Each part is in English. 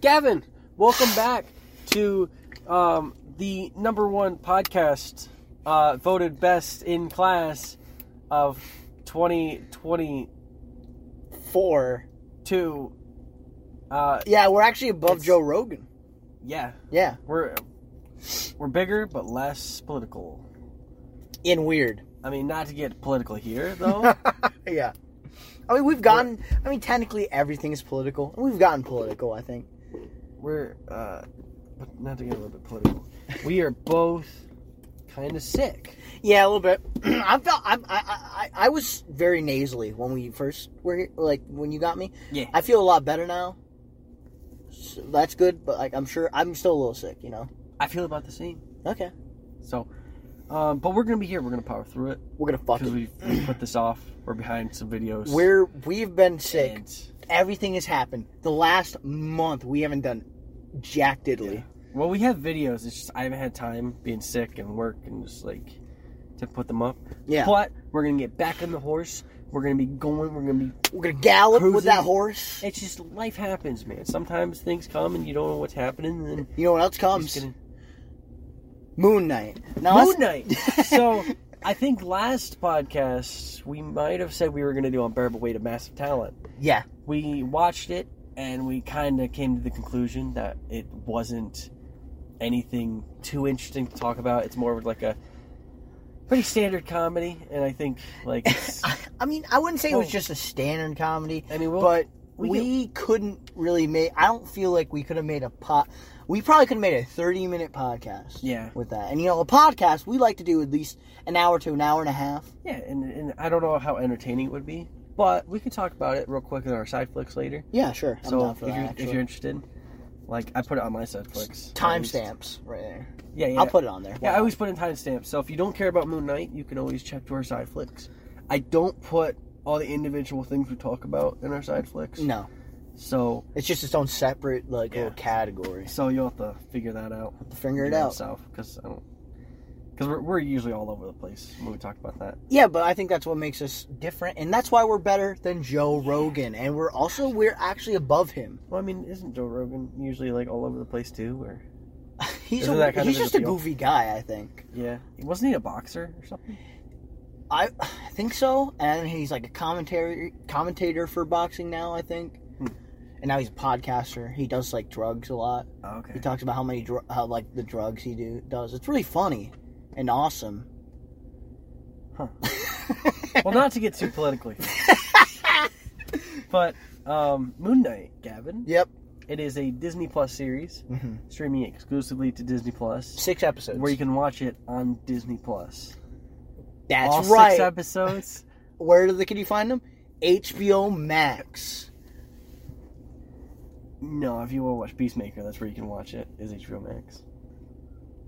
Gavin, welcome back to um, the number one podcast uh, voted best in class of 2022. Four. Uh, Yeah, we're actually above It's- Joe Rogan. yeah, Yeah, we're we're bigger but less political. in weird. I mean, not to get political here though. yeah. I mean, we've gotten. I mean, technically, everything is political. We've gotten political. I think. we're uh, but not to get a little bit political. We are both kind of sick. Yeah, a little bit. I felt. I, I. I. I was very nasally when we first were here. Like when you got me. Yeah. I feel a lot better now. So that's good, but like I'm sure I'm still a little sick. You know. I feel about the same. Okay. So, um, but we're gonna be here. We're gonna power through it We're gonna fuck because it. we we put this off. We're behind some videos. We're we've been sick. And Everything has happened. The last month we haven't done jack diddly. well, we have videos. It's just I haven't had time being sick and work and just like to put them up. Yeah. But we're gonna get back on the horse. We're gonna be going. We're gonna be. We're gonna gallop with Cruising. that horse. It's just life happens, man. Sometimes things come and you don't know what's happening. And then You know what else you're comes? just gonna- Moon Knight. Now Moon that's- Knight. so I think last podcast we might have said we were gonna do unbearable weight of massive talent. Yeah. we watched it and we kind of came to the conclusion that it wasn't anything too interesting to talk about. It's more of like a pretty standard comedy, and I think like it's, I, I mean, I wouldn't say it was Oh. just a standard comedy, I mean, we'll, but we we, couldn't really make. I don't feel like we could have made a pot. We probably could have made a thirty-minute podcast. yeah, With that, and you know, a podcast we like to do at least an hour to an hour and a half. yeah, and, and I don't know how entertaining it would be, but we can talk about it real quick in our side flicks later. Yeah, sure. I'm so down if for you're, that. if actually. you're interested, like I put it on my side flicks at least. timestamps right there. Yeah, yeah. I'll put it on there. Yeah, I always put in timestamps. So if you don't care about Moon Knight, you can always check to our side flicks. I don't put all the individual things we talk about in our side flicks. no, So it's just its own separate like Yeah. little category. so you'll have to figure that out. Figure it Down out. south because I don't because we're, we're usually all over the place when we talk about that. Yeah, but I think that's what makes us different, and that's why we're better than Joe Rogan, and we're also we're actually above him. Well, I mean, isn't Joe Rogan usually like all over the place too? Or He's Isn't a, that kind he's of an just a appeal? goofy guy, I think. yeah, wasn't he a boxer or something? I I think so, and he's like a commentary commentator for boxing now, I think. Hmm. And now he's a podcaster. He does like drugs a lot. Oh, He okay. talks about how many dr- how like the drugs he do does. It's really funny and awesome. Huh. well, not to get too politically, but um, Moon Knight, Gavin. Yep. It is a Disney Plus series. hmm streaming exclusively to Disney Plus, Six episodes. where Mm-hmm. you can watch it on Disney Plus. That's All right. six episodes. Where do the, can you find them? HBO Max. no, if you want to watch Peacemaker, that's where you can watch it. Is HBO Max?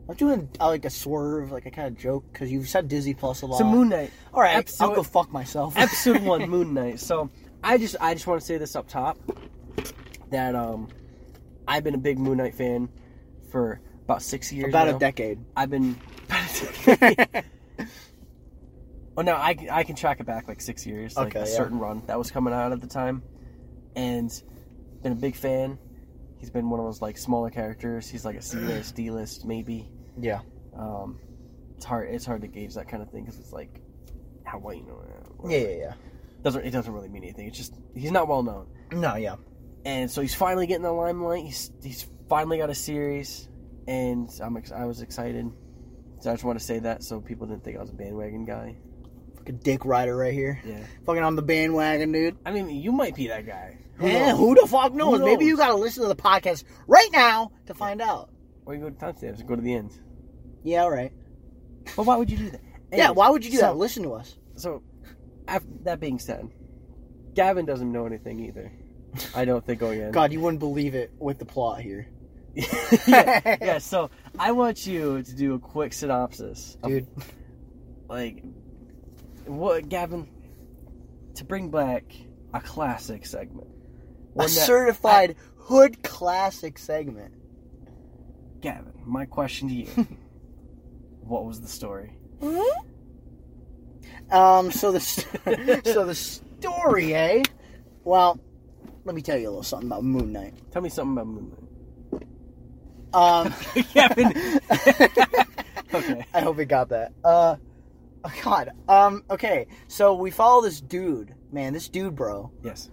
I'm doing uh, like a swerve, like a kind of joke, because you've said Disney Plus a lot. So Moon Knight, All right, episode- I'll go fuck myself. episode one, Moon Knight. So I just I just want to say this up top that um I've been a big Moon Knight fan for about six years. About now. a decade. I've been. Oh no, I, I can track it back like six years, like Okay, a yeah. certain run that was coming out at the time, and been a big fan. He's been one of those like smaller characters. He's like a C list, D list, maybe. yeah. Um, it's hard it's hard to gauge that kind of thing because it's like how well you know. him, or- Yeah, yeah, doesn't it doesn't really mean anything. It's just he's not well known, yeah. No, yeah. and so he's finally getting the limelight. He's he's finally got a series, and I'm ex- I was excited. So I just want to say that so people didn't think I was a bandwagon guy. Fucking dick rider right here. Yeah. Fucking on the bandwagon, dude. I mean, you might be that guy. Who Yeah, knows? who the fuck knows? Who Maybe knows? you gotta listen to the podcast right now to find out. Or you go to timestamps and go to the end. Yeah, all right. But why would you do that? yeah, Anyway, why would you do so- that? Listen to us. So, af that being said, Gavin doesn't know anything either. I don't think oh, going in. God, you wouldn't believe it with the plot here. yeah, yeah, so I want you to do a quick synopsis. of, Dude. like, what, Gavin, to bring back a classic segment. A One that- certified hood classic segment. Gavin, my question to you What was the story? Um, so the st- so the story, eh? Well, Let me tell you a little something about Moon Knight. Tell me something about Moon Um, Knight. Kevin. okay. I hope we got that. Uh, oh God. Um, okay. So we follow this dude, man. This dude, bro. Yes.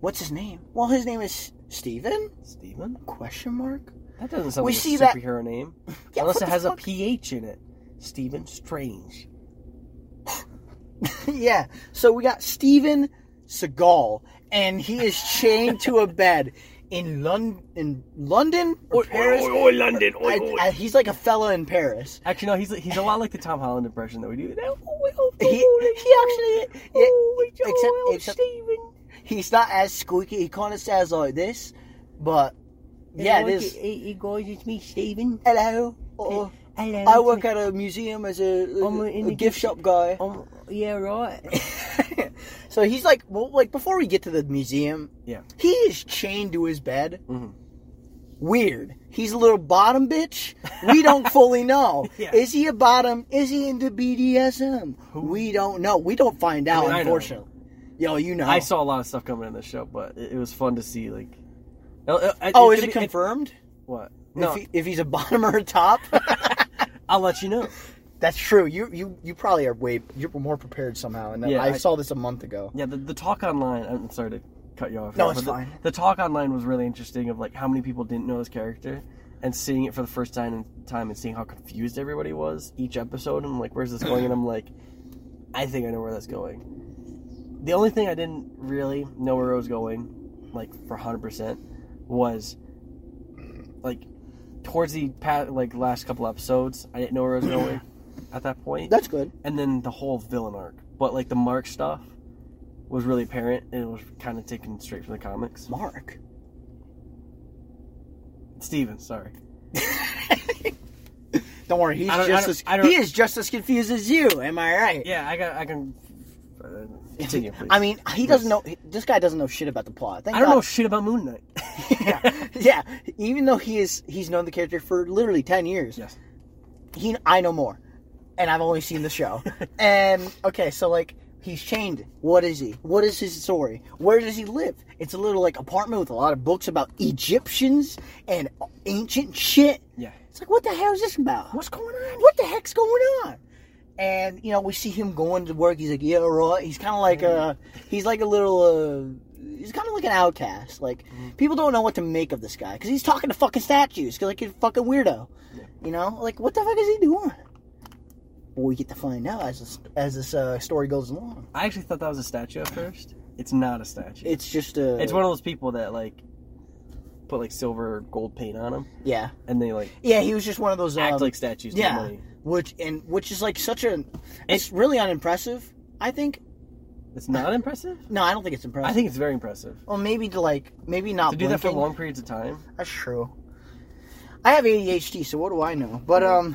What's his name? Well, his name is Steven? Steven? Question mark. That doesn't sound We like see a that- superhero name. Yeah, Unless what it the has a fuck? PH in it. Stephen Strange. yeah. So we got Steven Seagal, and he is chained to a bed in London, in London or Paris. London. I- I- he's like a fella in Paris. Actually, no, he's he's a lot like the Tom Holland impression that we do. He, he actually, yeah, except, except Steven. he's not as squeaky. He kind of sounds like this, but yeah, it is. Hey, hey guys, it's me, Steven. Hello. Uh, Hello. I work at a museum as a, a, I'm Oh, in a the gift gift- shop guy. Um, yeah, right. so he's like, well, like before we get to the museum, Yeah. he is chained to his bed. Mhm. Weird. He's a little bottom bitch. We don't fully know. Yeah. Is he a bottom? Is he into BDSM? Who- We don't know. We don't find out, mean, I know. unfortunately. Yo, you know. I saw a lot of stuff coming in this show, but it, it was fun to see. Like, Uh, uh, Oh, is could it be- confirmed? what? No, If, he, if he's a bottom or a top, I'll let you know. that's true. You you you probably are way you're more prepared somehow. And Yeah, I, I- saw this a month ago. Yeah, the, the talk online. I'm sorry to cut you off. No, here, it's but the- fine. The, talk online was really interesting of like how many people didn't know this character, and seeing it for the first time and time and seeing how confused everybody was each episode. I'm like, where's this going? And I'm like, I think I know where that's going. The only thing I didn't really know where it was going, like for 100 percent, was like towards the pat like last couple episodes. I didn't know where it was going at that point That's good. and then the whole villain arc. But like the Mark stuff was really apparent, and it was kind of taken straight from the comics. Mark. Steven, sorry. Don't worry, he's I don't- I just don't- as I don't- he is just as confused as you. Am I right? Yeah, I got. I can uh, continue. Please. I mean, he doesn't Yes. know. he- This guy doesn't know shit about the plot. Thank I don't know God. shit about Moon Knight. yeah, yeah. Even though he is, he's known the character for literally ten years. Yes. He, I know more, and I've only seen the show. and okay, so like he's chained. What is he? What is his story? Where does he live? It's a little like apartment with a lot of books about Egyptians and ancient shit. Yeah. It's like, what the hell is this about? What's going on? what the heck's going on? And you know, we see him going to work. He's like, yeah, right. He's kind of like Mm-hmm. a, he's like a little, uh, he's kind of like an outcast. Like Mm-hmm. people don't know what to make of this guy because he's talking to fucking statues. 'cause, like he's a fucking weirdo. Yeah. You know, like what the fuck is he doing? Well, we get to find out as this, as this uh, story goes along. I actually thought that was a statue at first. It's not a statue. It's just uh, a, it's one of those people that like put like silver or gold paint on them, yeah, and they like yeah. He was just one of those um, act like statues. to yeah. money. which and which is like such a, it's really unimpressive. I think It's not impressive. no, I don't think it's impressive. I think it's very impressive Well, maybe to like, maybe not to do that for blinking. long periods of time. That's true. I have ADHD, so what do I know? But um,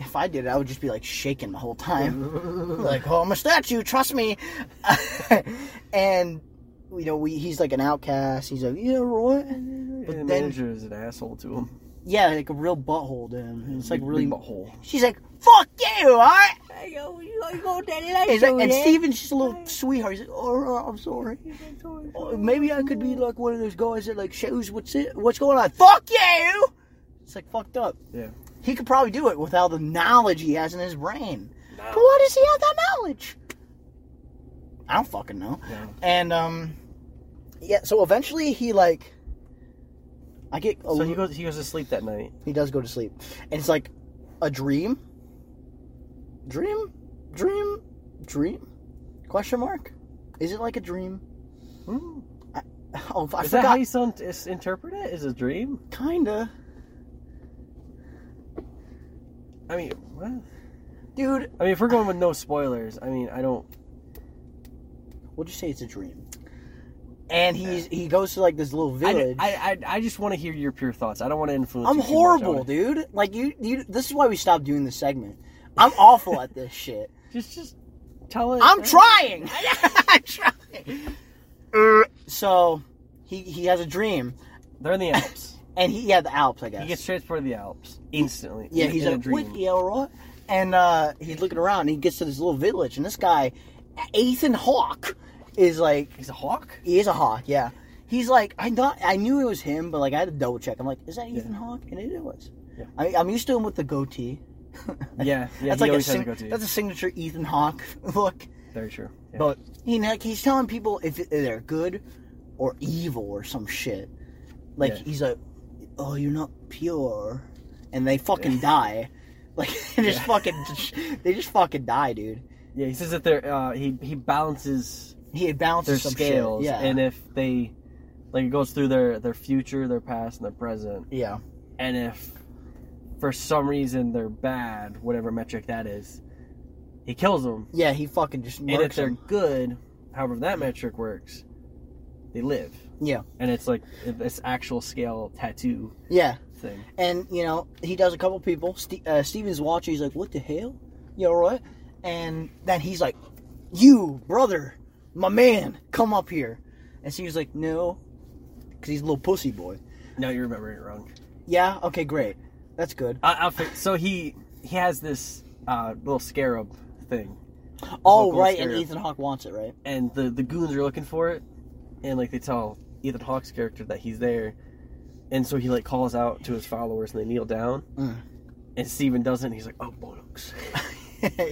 if I did, it, I would just be like shaking the whole time, like, "Oh, I'm a statue, trust me." and you know, we he's like an outcast. He's like, "Yeah, Roy." But the then- manager is an asshole to him. Yeah, like a real butthole to him. It's like really. butthole. She's like, "Fuck you, all right." He's like, and And Steven's just a little sweetheart. He's like, "Oh, I'm sorry. Oh, Maybe I could be like one of those guys that like shows what's it, what's going on. Fuck you." It's like fucked up. Yeah. He could probably do it without the knowledge he has in his brain. Uh. But why does he have that knowledge? I don't fucking know. Yeah. And um, yeah. So eventually he like, I get a So he little, goes. He goes to sleep that night. he does go to sleep, and it's like a dream, dream, dream, dream? Question mark? Is it like a dream? Hmm. Oh, I Is that how forgot. you sound, is, interpret it? Is a dream? Kinda, I mean, well, dude. I mean, if we're going with no spoilers, I mean, I don't. We'll just say it's a dream. And he's he goes to like this little village. I, I, I, I just want to hear your pure thoughts. I don't want to influence. I'm you too much. I horrible, wanna- dude. Like you, you. This is why we stopped doing this segment. I'm awful at this shit. Just, just tell it. I'm trying. I'm trying. Uh, So he he has a dream, They're in the Alps. and he yeah the Alps I guess. He gets transported to the Alps instantly. yeah, in- he's in a like dream. wiki, all right. And uh, he's looking around. And he gets to this little village, and this guy, Ethan Hawke, is like He's a hawk. he is a hawk. Yeah, He's like, I thought I knew it was him, but like I had to double check. I'm like, is that Yeah. Ethan Hawke? And it was. Yeah. I, I'm used to him with the goatee. Yeah, yeah. that's he like a always has sing- a goatee. that's a signature Ethan Hawke look. Very true. Yeah. But he like, he's telling people if they're good or evil or some shit. Like Yeah. he's like, oh, you're not pure, and they fucking die. Like they just Yeah. fucking they just fucking die, dude. yeah, he says that they're uh, he he balances He had balances their some scales, Shit. Yeah. and if they like it goes through their their future, their past, and their present, yeah. and if for some reason they're bad, whatever metric that is, he kills them. Yeah. He fucking just and if murks they're them. good, however that metric works, they live. Yeah. And it's like this actual scale tattoo Yeah. thing. And you know he does a couple people. Ste uh, Steven's watching. He's like, "What the hell? You all right?" And then he's like, "You brother, my man, come up here." And Steven's like, "No," because he's a little pussy boy. No, you're remembering it wrong. Yeah. Okay. Great. That's good. I, I'll fi- so he he has this uh, little scarab thing, Oh, local right. And stereo. Ethan Hawke wants it, right? and the the goons are looking for it, and like they tell Ethan Hawke's character that he's there, and so he like calls out to his followers and they kneel down, Mm. and Steven doesn't. And he's like, oh bollocks, oh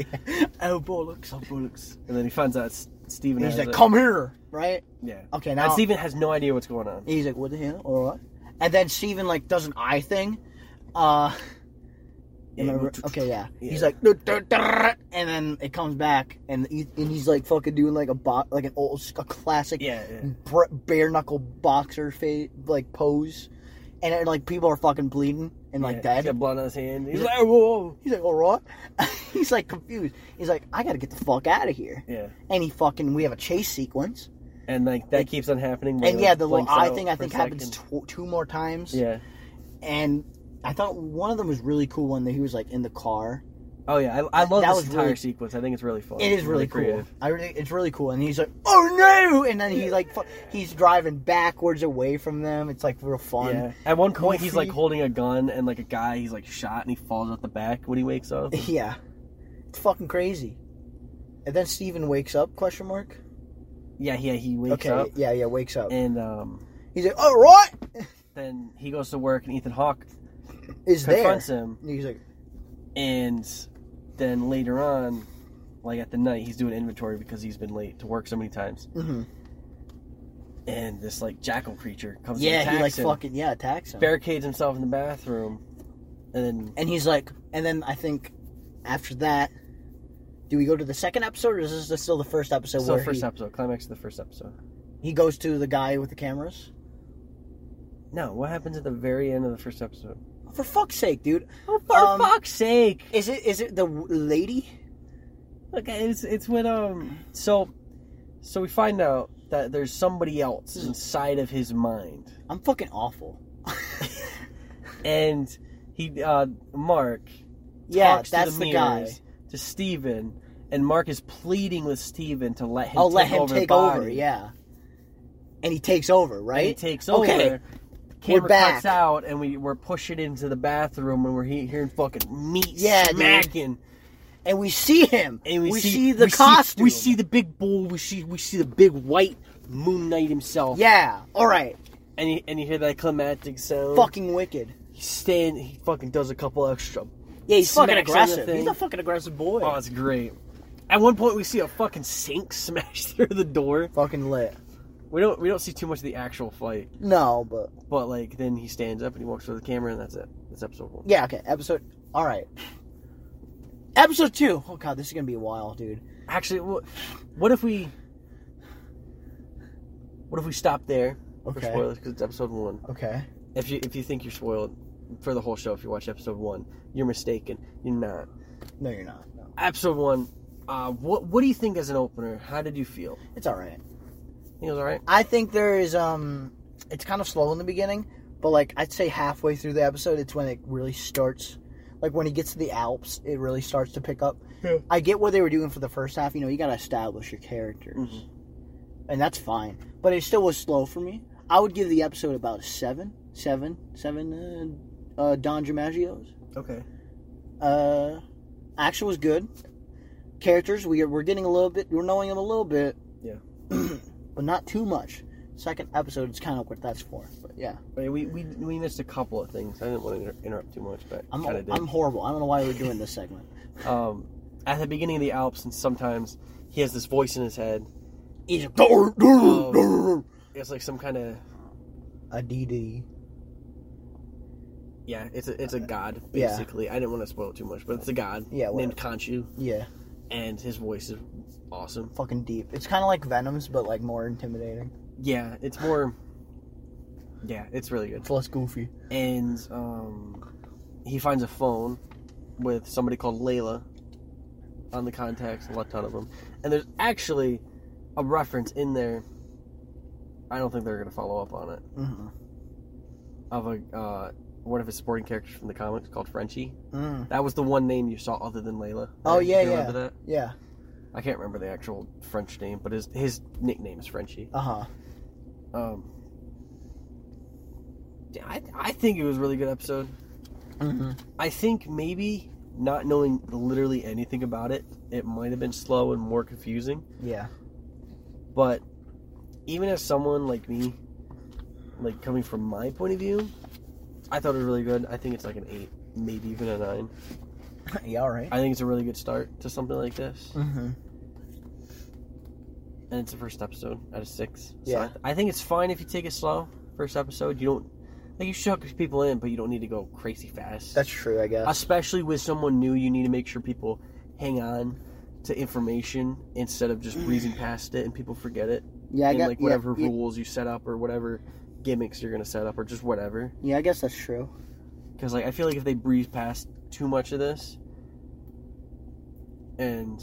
bollocks! oh bollocks, and then he finds out it's Steven. And he's has like, it. "Come here!" Right? yeah. Okay. And Now Steven has no idea what's going on. He's like, what the hell? All right. And then Steven, like, does an eye thing. Uh, Yeah, remember? he- Okay, yeah. Yeah. He's like, "Duh, duh, duh," and then it comes back, and he, and he's like fucking doing like a bo- like an old, a classic Yeah, yeah. br- bare knuckle boxer fa- like pose, and then, like people are fucking bleeding and like yeah. dead. He's got blood on his hand. He's Yeah. like, whoa. He's like, all right. he's like confused. He's like, I gotta get the fuck out of here. Yeah. And he fucking, we have a chase sequence, And like that keeps on happening. where and he, yeah, like, the little blinks eye out thing I for a think happens second. tw- two more times. Yeah. and I thought one of them was really cool when he was like in the car. Oh yeah, I, I love That this was entire really- sequence. I think it's really fun. It is really, cool. creative. I really, it's really cool, and he's like, "Oh no!" And then he like fu- he's driving backwards away from them. It's like real fun. Yeah. At one point, he's like Goofy. holding a gun, and like a guy, he's like shot, and he falls out the back when he wakes up. Yeah. it's fucking crazy. And then Steven wakes up? Question mark. Yeah, yeah, he wakes okay, up, yeah, yeah, wakes up. and um, He's like, "All right," then he goes to work, and Ethan Hawke is there? confronts him, And he's like, and then later on, like at the night, he's doing inventory because he's been late to work so many times, mm-hmm. and this like jackal creature comes. and "Yeah," attacks he like him, fucking yeah attacks him. barricades himself in the bathroom, and then and he's like, and then I think after that, do we go to the second episode, or is this still the first episode? so where first he, episode, climax of the first episode. he goes to the guy with the cameras. No, what happens at the very end of the first episode? For fuck's sake, dude! Oh, for Um, fuck's sake! Is it is it the w- lady? Okay, it's it's when um so so we find out that there's somebody else Hmm. inside of his mind, I'm fucking awful. and he uh Mark Yeah, talks that's to the, the, guy. mirrors, to Steven, and Mark is pleading with Steven to let him I'll take Oh, let him over the take over. body. Yeah, and he takes over, And he right? takes over. Okay. Camera back. cuts out, and we we're pushing into the bathroom, and we're he- hearing fucking meat Yeah, dude. smacking, and we see him. and we, we, see, the we costume. we see the big bull. We see we see the big white Moon Knight himself. Yeah. All right. and you, and you hear that climactic sound. Fucking wicked. he stand. He fucking does a couple extra. Yeah, he's Smacks on fucking the aggressive. thing. He's a fucking aggressive boy. Oh, it's great. At one point, we see a fucking sink smash through the door. fucking lit. We don't we don't see too much of the actual fight, No, but but like then he stands up and he walks through the camera, and that's it. That's episode one. yeah. Okay. Episode. All right. Episode two. Oh god, this is gonna be a while, dude. Actually, what, what if we what if we stop there for Okay. spoilers because it's episode one. Okay. If you if you think you're spoiled for the whole show, if you watch episode one, you're mistaken. You're not. No, you're not. No. Episode one. Uh, what what do you think as an opener? How did you feel? It's all right. He was all right. I think there is um it's kind of slow in the beginning, but like I'd say halfway through the episode it's when it really starts like when he gets to the Alps, it really starts to pick up. Yeah. I get what they were doing for the first half, you know, you got to establish your characters. Mhm. And that's fine, but it still was slow for me. I would give the episode about a 7, 7, 7 uh, uh Don DiMaggio's. Okay. Uh action was good. Characters we are, we're getting a little bit we're knowing them a little bit. Yeah. but not too much. second episode is kind of what that's for. But yeah, I mean, we, we we missed a couple of things. I didn't want to inter- interrupt too much, but I'm kind of did. I'm horrible. I don't know why we're doing this segment. um, at the beginning of the Alps, and sometimes he has this voice in his head. Egypt. Oh. It's like some kind of A DD. yeah. It's a it's a god Yeah. basically. I didn't want to spoil it too much, but it's a god Yeah, named Khonshu, Yeah, and his voice is awesome. fucking deep. It's kind of like Venom's, but like more intimidating. Yeah, it's more. Yeah, it's really good. It's less goofy. and um, he finds a phone with somebody called Layla on the contacts, a lot ton of them. And there's actually a reference in there. I don't think they're gonna follow up on it. Mm-hmm. Of a uh, one of his supporting characters from the comics called Frenchie. Mm. That was the one name you saw other than Layla. Oh, Do you yeah, remember that? Yeah. I can't remember the actual French name, but his his nickname is Frenchie. Uh huh. Um, I I think it was a really good episode. Mm-hmm. I think maybe not knowing literally anything about it, it might have been slow and more confusing. Yeah. But even as someone like me, like coming from my point of view, I thought it was really good. I think it's like an eight, maybe even a nine. yeah. All right. I think it's a really good start to something like this, Mm-hmm. and it's the first episode out of six. So Yeah. I, I think it's fine if you take it slow. First episode, you don't like you should hook people in, but you don't need to go crazy fast. That's true. I guess. especially with someone new you need to make sure people hang on to information instead of just breezing past it and people forget it yeah. I and guess. like whatever yeah, rules you set up or whatever gimmicks you're gonna set up or just whatever yeah. I guess that's true. because like i feel like if they breeze past too much of this and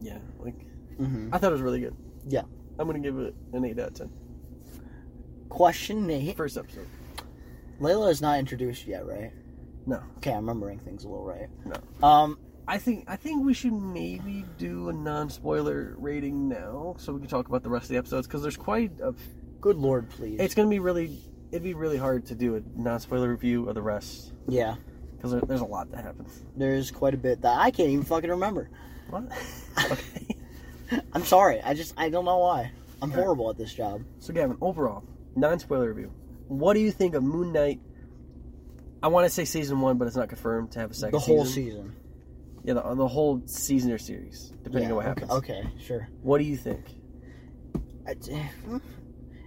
yeah like Mm-hmm. i thought it was really good Yeah. i'm gonna give it an 8 out of 10 Question Nate. first episode Layla is not introduced yet, right? No. Okay, I'm remembering things a little right. No. Um. i think i think we should maybe do a non-spoiler rating now so we can talk about the rest of the episodes because there's quite a Good lord, please. It's gonna be really. It'd be really hard to do a non-spoiler review of the rest yeah. because there, there's a lot that happens. There's quite a bit that I can't even fucking remember. What? okay. I'm sorry. I just I don't know why. I'm Okay. horrible at this job. So Gavin, overall, non-spoiler review. What do you think of Moon Knight? I want to say season one, but it's not confirmed to have a second. the whole season. season. Yeah, the, the whole season or series, depending Yeah, on what okay, happens. Okay, sure. What do you think? I-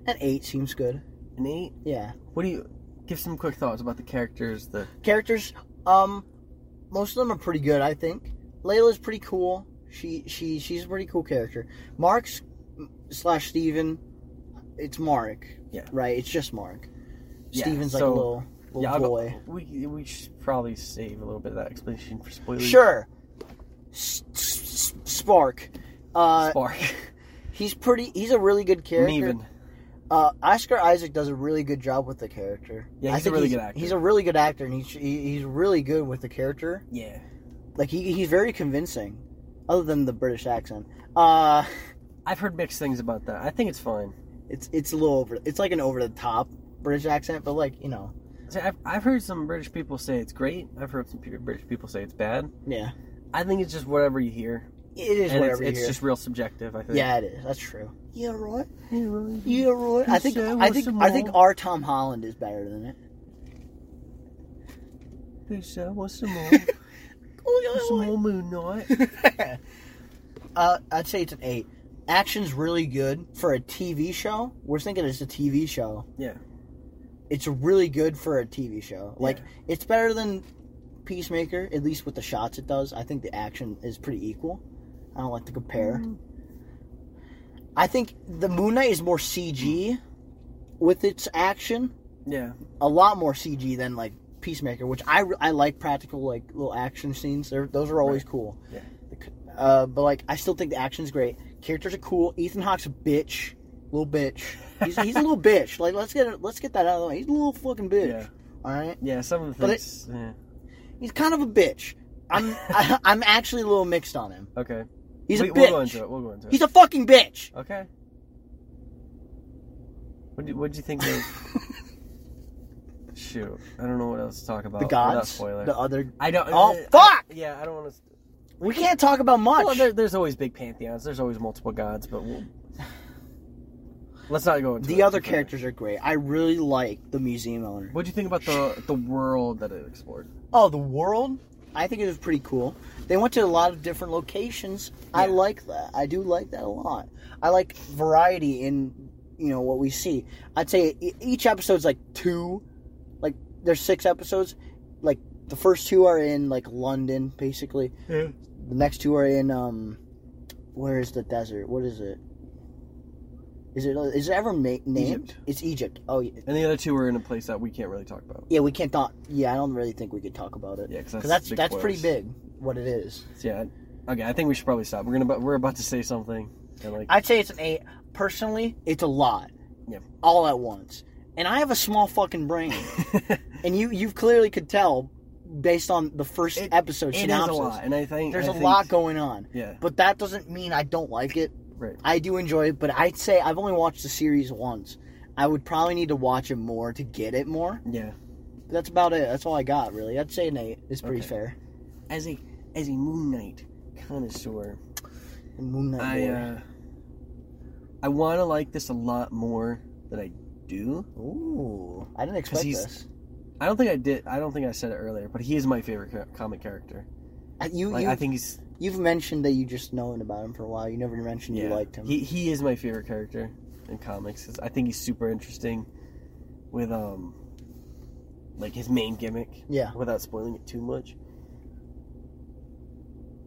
An eight seems good. An eight? Yeah. What do you? Give some quick thoughts about the characters. The Characters. Um, most of them are pretty good. I think Layla's pretty cool. She she she's a pretty cool character. Mark's slash Steven. It's Mark. Yeah. Right. It's just Mark. Yeah, Steven's like so- a little little yeah, I'll go- Oh, boy. we we should probably save a little bit of that explanation for spoilers. Sure. S- s- s- Spark. Uh, Spark, he's pretty. He's a really good character. Neven. Uh, Oscar Isaac does a really good job with the character. Yeah, I he's a think really good actor. He's a really good actor, and he's he, he's really good with the character. Yeah. Like he, he's very convincing, other than the British accent. Uh, I've heard mixed things about that. I think it's fine. it's it's a little over. It's like an over the top British accent, but like you know, See, I've, I've heard some British people say it's great. I've heard some pe- British people say it's bad. yeah, I think it's just whatever you hear, it is and it's, whatever you it's hear. just real subjective. I think. yeah, it is. That's true. Yeah, right. Yeah. Yeah, right. I think Say I what's think the I think more. our Tom Holland is better than it. What's uh, what's some more? What's some Oh, more Moon Knight? uh, I'd say it's an eight. Action's really good for a TV show. We're thinking it's a TV show. Yeah. It's really good for a TV show. Like it's better than Peacemaker, at least with the shots it does. I think the action is pretty equal. I don't like to compare. Mm. I think the Moon Knight is more CG with its action. Yeah. A lot more CG than like Peacemaker, which I, re- I like practical like little action scenes. They're, those are always cool. Yeah. Uh, but like, I still think the action's great. Characters are cool. Ethan Hawke's a bitch, little bitch. He's, he's a little bitch. Like, let's get let's get that out of the way. He's a little fucking bitch. Yeah. All right, Yeah. Some of the But it- things. yeah. he's kind of a bitch. I'm I, I'm actually a little mixed on him. Okay. He's we, a We'll go into bitch. it. We'll go into it. He's a fucking bitch. okay. What do What do you think of? Shoot, I don't know what else to talk about. The Oh, Without gods, spoiler. the other. I don't. uh, Oh I- fuck! Yeah, I don't want to. We can't talk about much. Well, there, there's always big pantheons. There's always multiple gods, but we'll, Let's not go into The it. other characters are great. I really like the museum owner. What do you think about the the world that it explored? Oh, the world? I think it was pretty cool. They went to a lot of different locations. I Yeah. like that. I do like that a lot. I like variety in you know what we see. I'd say e- each episode's like two, like there's six episodes. Like the first two are in like London, basically. Yeah. The next two are in um, where is the desert? What is it? Is it is it ever ma- named? Egypt. It's Egypt. Oh yeah, And the other two were in a place that we can't really talk about. yeah. We can't talk. Yeah, I don't really think we could talk about it. Yeah, because Because that's that's pretty big. What it is, Yeah. Okay, I think we should probably stop. We're gonna we're about to say something, and like I'd say it's an eight. Personally, it's a lot. Yeah. All at once, and I have a small fucking brain, and you you clearly could tell based on the first It- episode it is a synopsis. lot, and I think There's a a lot going on, Yeah, but that doesn't mean I don't like it. right. I do enjoy it, but I'd say I've only watched the series once. I would probably need to watch it more to get it more. Yeah. But that's about it. That's all I got, really. I'd say an eight is pretty Okay. fair. As a as a Moon Knight connoisseur, And Moon Knight. I Boy. uh, I want to like this a lot more than I do. Ooh, I didn't expect uh, he's- this. I don't think I did. I don't think I said it earlier, but he is my favorite co- comic character. I- Uh, You, Like you I think he's You've mentioned that you just known about him for a while. You never mentioned you yeah. liked him. He he is my favorite character in comics. 'cause I think he's super interesting with um like his main gimmick yeah, without spoiling it too much.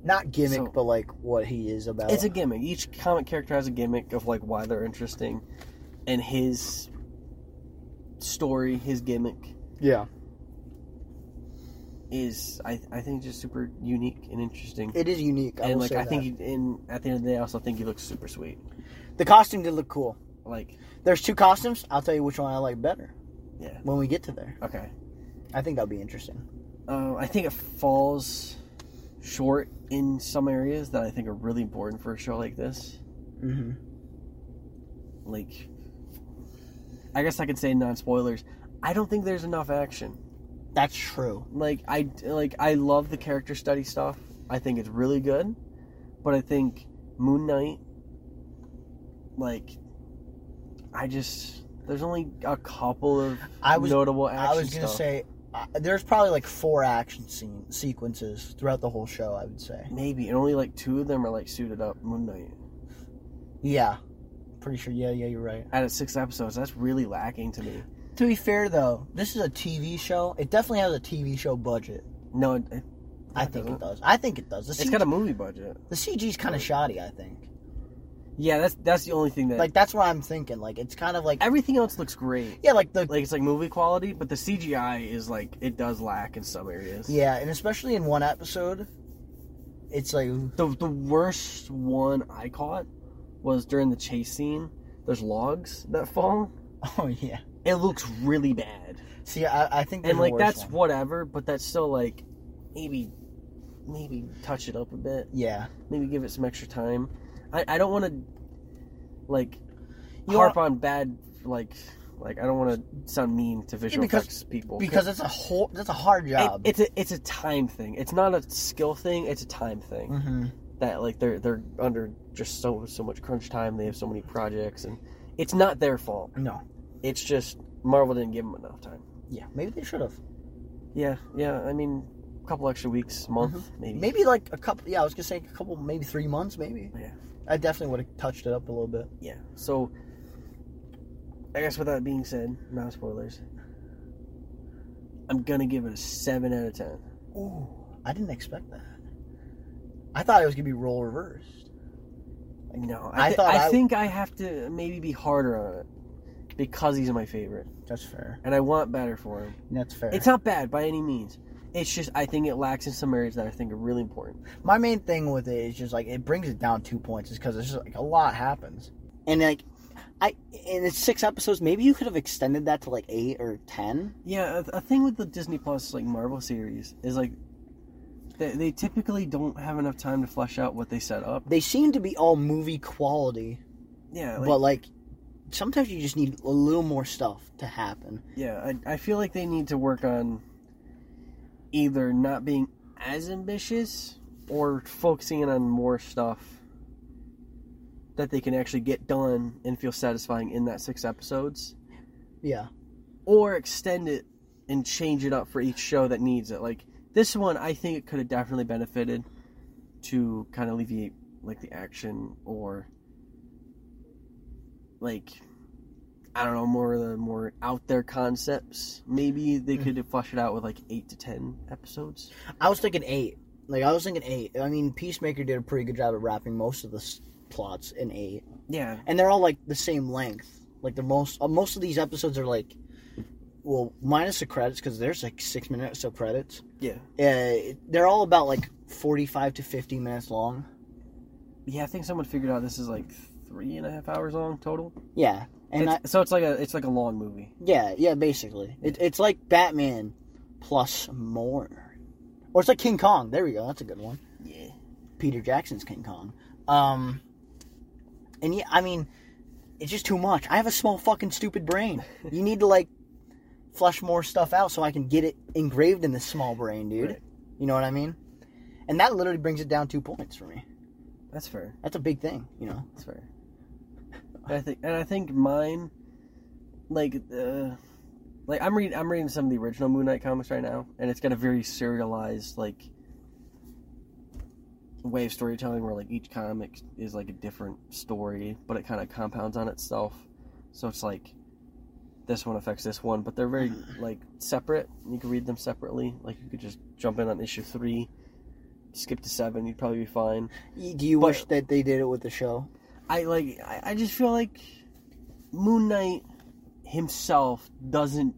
not gimmick, So- but like what he is about. It's a gimmick. Each comic character has a gimmick of like why they're interesting, and his story, his gimmick yeah, is I I think just super unique and interesting. it is unique. I and will like say I think that. he, and at the end of the day, I also think he looks super sweet. the costume did look cool. Like There's two costumes. I'll tell you which one I like better yeah, when we get to there. okay. I think that'll be interesting. Uh, I think it falls short in some areas that I think are really important for a show like this. Mm-hmm. Like, I guess I could say non spoilers. I don't think there's enough action. That's true. Like I like I love the character study stuff. I think it's really good, but I think Moon Knight, like, I just there's only a couple of I was notable action. I was gonna stuff. say uh, there's probably like four action scene sequences throughout the whole show. I would say. maybe, and only like two of them are like suited up. Moon Knight. Yeah, pretty sure. Yeah, yeah, you're right. out of six episodes. That's really lacking to me. To be fair though, this is a TV show. It definitely has a TV show budget. No, it, it- I think it does. I think it does. The it's got a movie budget. The CG's kind of shoddy, I think. Yeah, that's that's the only thing that Like that's what I'm thinking. Like it's kind of like everything else looks great. yeah, like the Like it's like movie quality, but the CGI is like it does lack in some areas. yeah, and especially in one episode, it's like The the worst one I caught was during the chase scene. There's logs that fall. oh yeah. It looks really bad. See, I, I think And there's a like worse that's one. whatever, but that's still like maybe maybe touch it up a bit. yeah. Maybe give it some extra time. I, I don't want to like You harp on bad like like I don't want to sound mean to visual Yeah, because- effects people because it's a whole that's a hard it, job. it's a it's a time thing. It's not a skill thing. It's a time thing hmm that like they're they're under just so so much crunch time. They have so many projects and it's not their fault. No, It's just Marvel didn't give them enough time. yeah, maybe they should have. Yeah, yeah. I mean, a couple extra weeks, month maybe. Maybe like a couple. Yeah, I was gonna say a couple, maybe three months, maybe. Yeah. I definitely would have touched it up a little bit. Yeah. So I guess with that being said, not spoilers. I'm gonna give it a seven out of ten. Ooh, I didn't expect that. I thought it was gonna be role reversed. No, I I, thi- thought I, I- think I have to maybe be harder on it because he's my favorite, That's fair. and I want better for him. That's fair. It's not bad by any means. It's just I think it lacks in some areas that I think are really important. My main thing with it is just like it brings it down two points, is because it's just like a lot happens, and like I and it's six episodes. Maybe you could have extended that to like eight or ten. Yeah, a, a thing with the Disney Plus like Marvel series is like they, they typically don't have enough time to flesh out what they set up. They seem to be all movie quality, Yeah, like, but like sometimes you just need a little more stuff to happen. yeah, I, I feel like they need to work on either not being as ambitious or focusing in on more stuff that they can actually get done and feel satisfying in that six episodes, Yeah. or extend it and change it up for each show that needs it. Like this one, I think it could have definitely benefited to kind of alleviate like the action or like I don't know more of the more out there concepts. Maybe they could flush it out with like eight to ten episodes. I was thinking eight. Like I was thinking eight. I mean, Peacemaker did a pretty good job at wrapping most of the s- plots in eight, Yeah, and they're all like the same length. Like the most uh, most of these episodes are like, well, minus the credits because there's like six minutes of credits. yeah, Uh, they're all about like forty five to fifty minutes long. yeah. I think someone figured out this is like three and a half hours long total. Yeah, and I, It's- so it's like a it's like a long movie. yeah, yeah, basically, it, it's like Batman plus more, or it's like King Kong. There we go. That's a good one. Yeah. Peter Jackson's King Kong. Um, and yeah, I mean, it's just too much. I have a small fucking stupid brain. You need to like flush more stuff out so I can get it engraved in this small brain, dude. Right. You know what I mean? And that literally brings it down two points for me. That's fair. That's a big thing, you know. That's fair. And I think, and I think mine, like, uh, like I'm reading, I'm reading some of the original Moon Knight comics right now, and it's got a very serialized like way of storytelling where like each comic is like a different story, but it kind of compounds on itself. So it's like this one affects this one, but they're very like separate. You can read them separately. Like you could just jump in on issue three, skip to seven, you'd probably be fine. Y- Do you But- wish that they did it with the show? I like I, I just feel like Moon Knight himself doesn't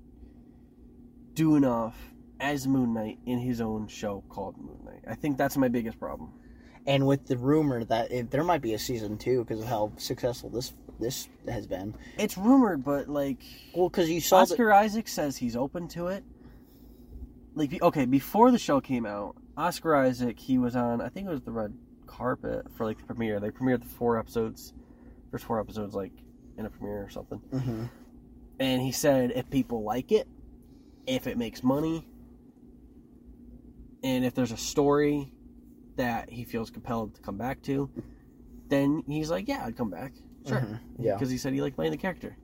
do enough as Moon Knight in his own show called Moon Knight. I think that's my biggest problem. And with the rumor that it, there might be a season two because of how successful this this has been. It's rumored, but like Well, because you saw the Oscar Isaac says he's open to it. Like be- okay, before the show came out, Oscar Isaac he was on I think it was the red carpet for like the premiere. They premiered the four episodes, first four episodes like in a premiere or something. Mhm. and he said if people like it, if it makes money, and if there's a story that he feels compelled to come back to, then he's like, yeah, I'd come back, sure, Mhm. Yeah. because he said he liked playing the character.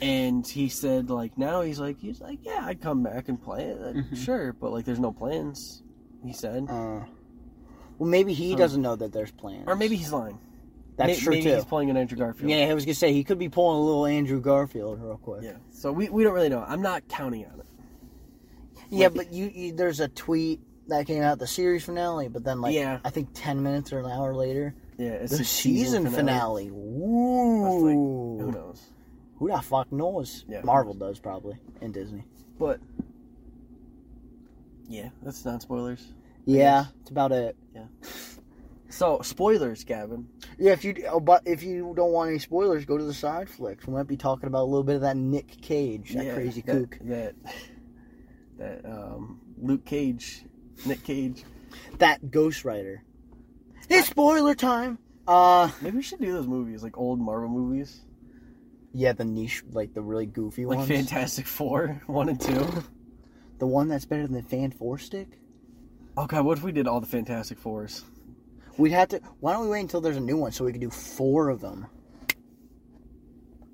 And he said like now he's like he's like yeah I'd come back and play it like, Mhm. sure but like there's no plans he said Uh, well, maybe he So- doesn't know that there's plans. or maybe he's lying that's May- true maybe too. he's playing an Andrew Garfield Yeah, I was gonna say he could be pulling a little Andrew Garfield real quick. yeah so we, we don't really know I'm not counting on it Yeah, but you, you there's a tweet that came out the series finale, but then like Yeah. I think ten minutes or an hour later yeah it's the a season, finale. was like, Woo! Who knows? Who the fuck knows? Yeah. Marvel does probably and Disney. But yeah, that's not spoilers. Yeah, guess. it's about it. So spoilers, Gavin. Yeah, if you oh, but if you don't want any spoilers, go to the side flicks. We might be talking about a little bit of that Nick Cage, that Yeah, crazy that, kook. That that um, Luke Cage, Nick Cage. that Ghost Rider. It's spoiler time. Uh, Maybe we should do those movies, like old Marvel movies, yeah, the niche, like the really goofy like ones. Fantastic Four, one and two. the one that's better than Fan Four Stick. Okay, Oh, what if we did all the Fantastic Fours? We'd have to. Why don't we wait until there's a new one so we can do four of them?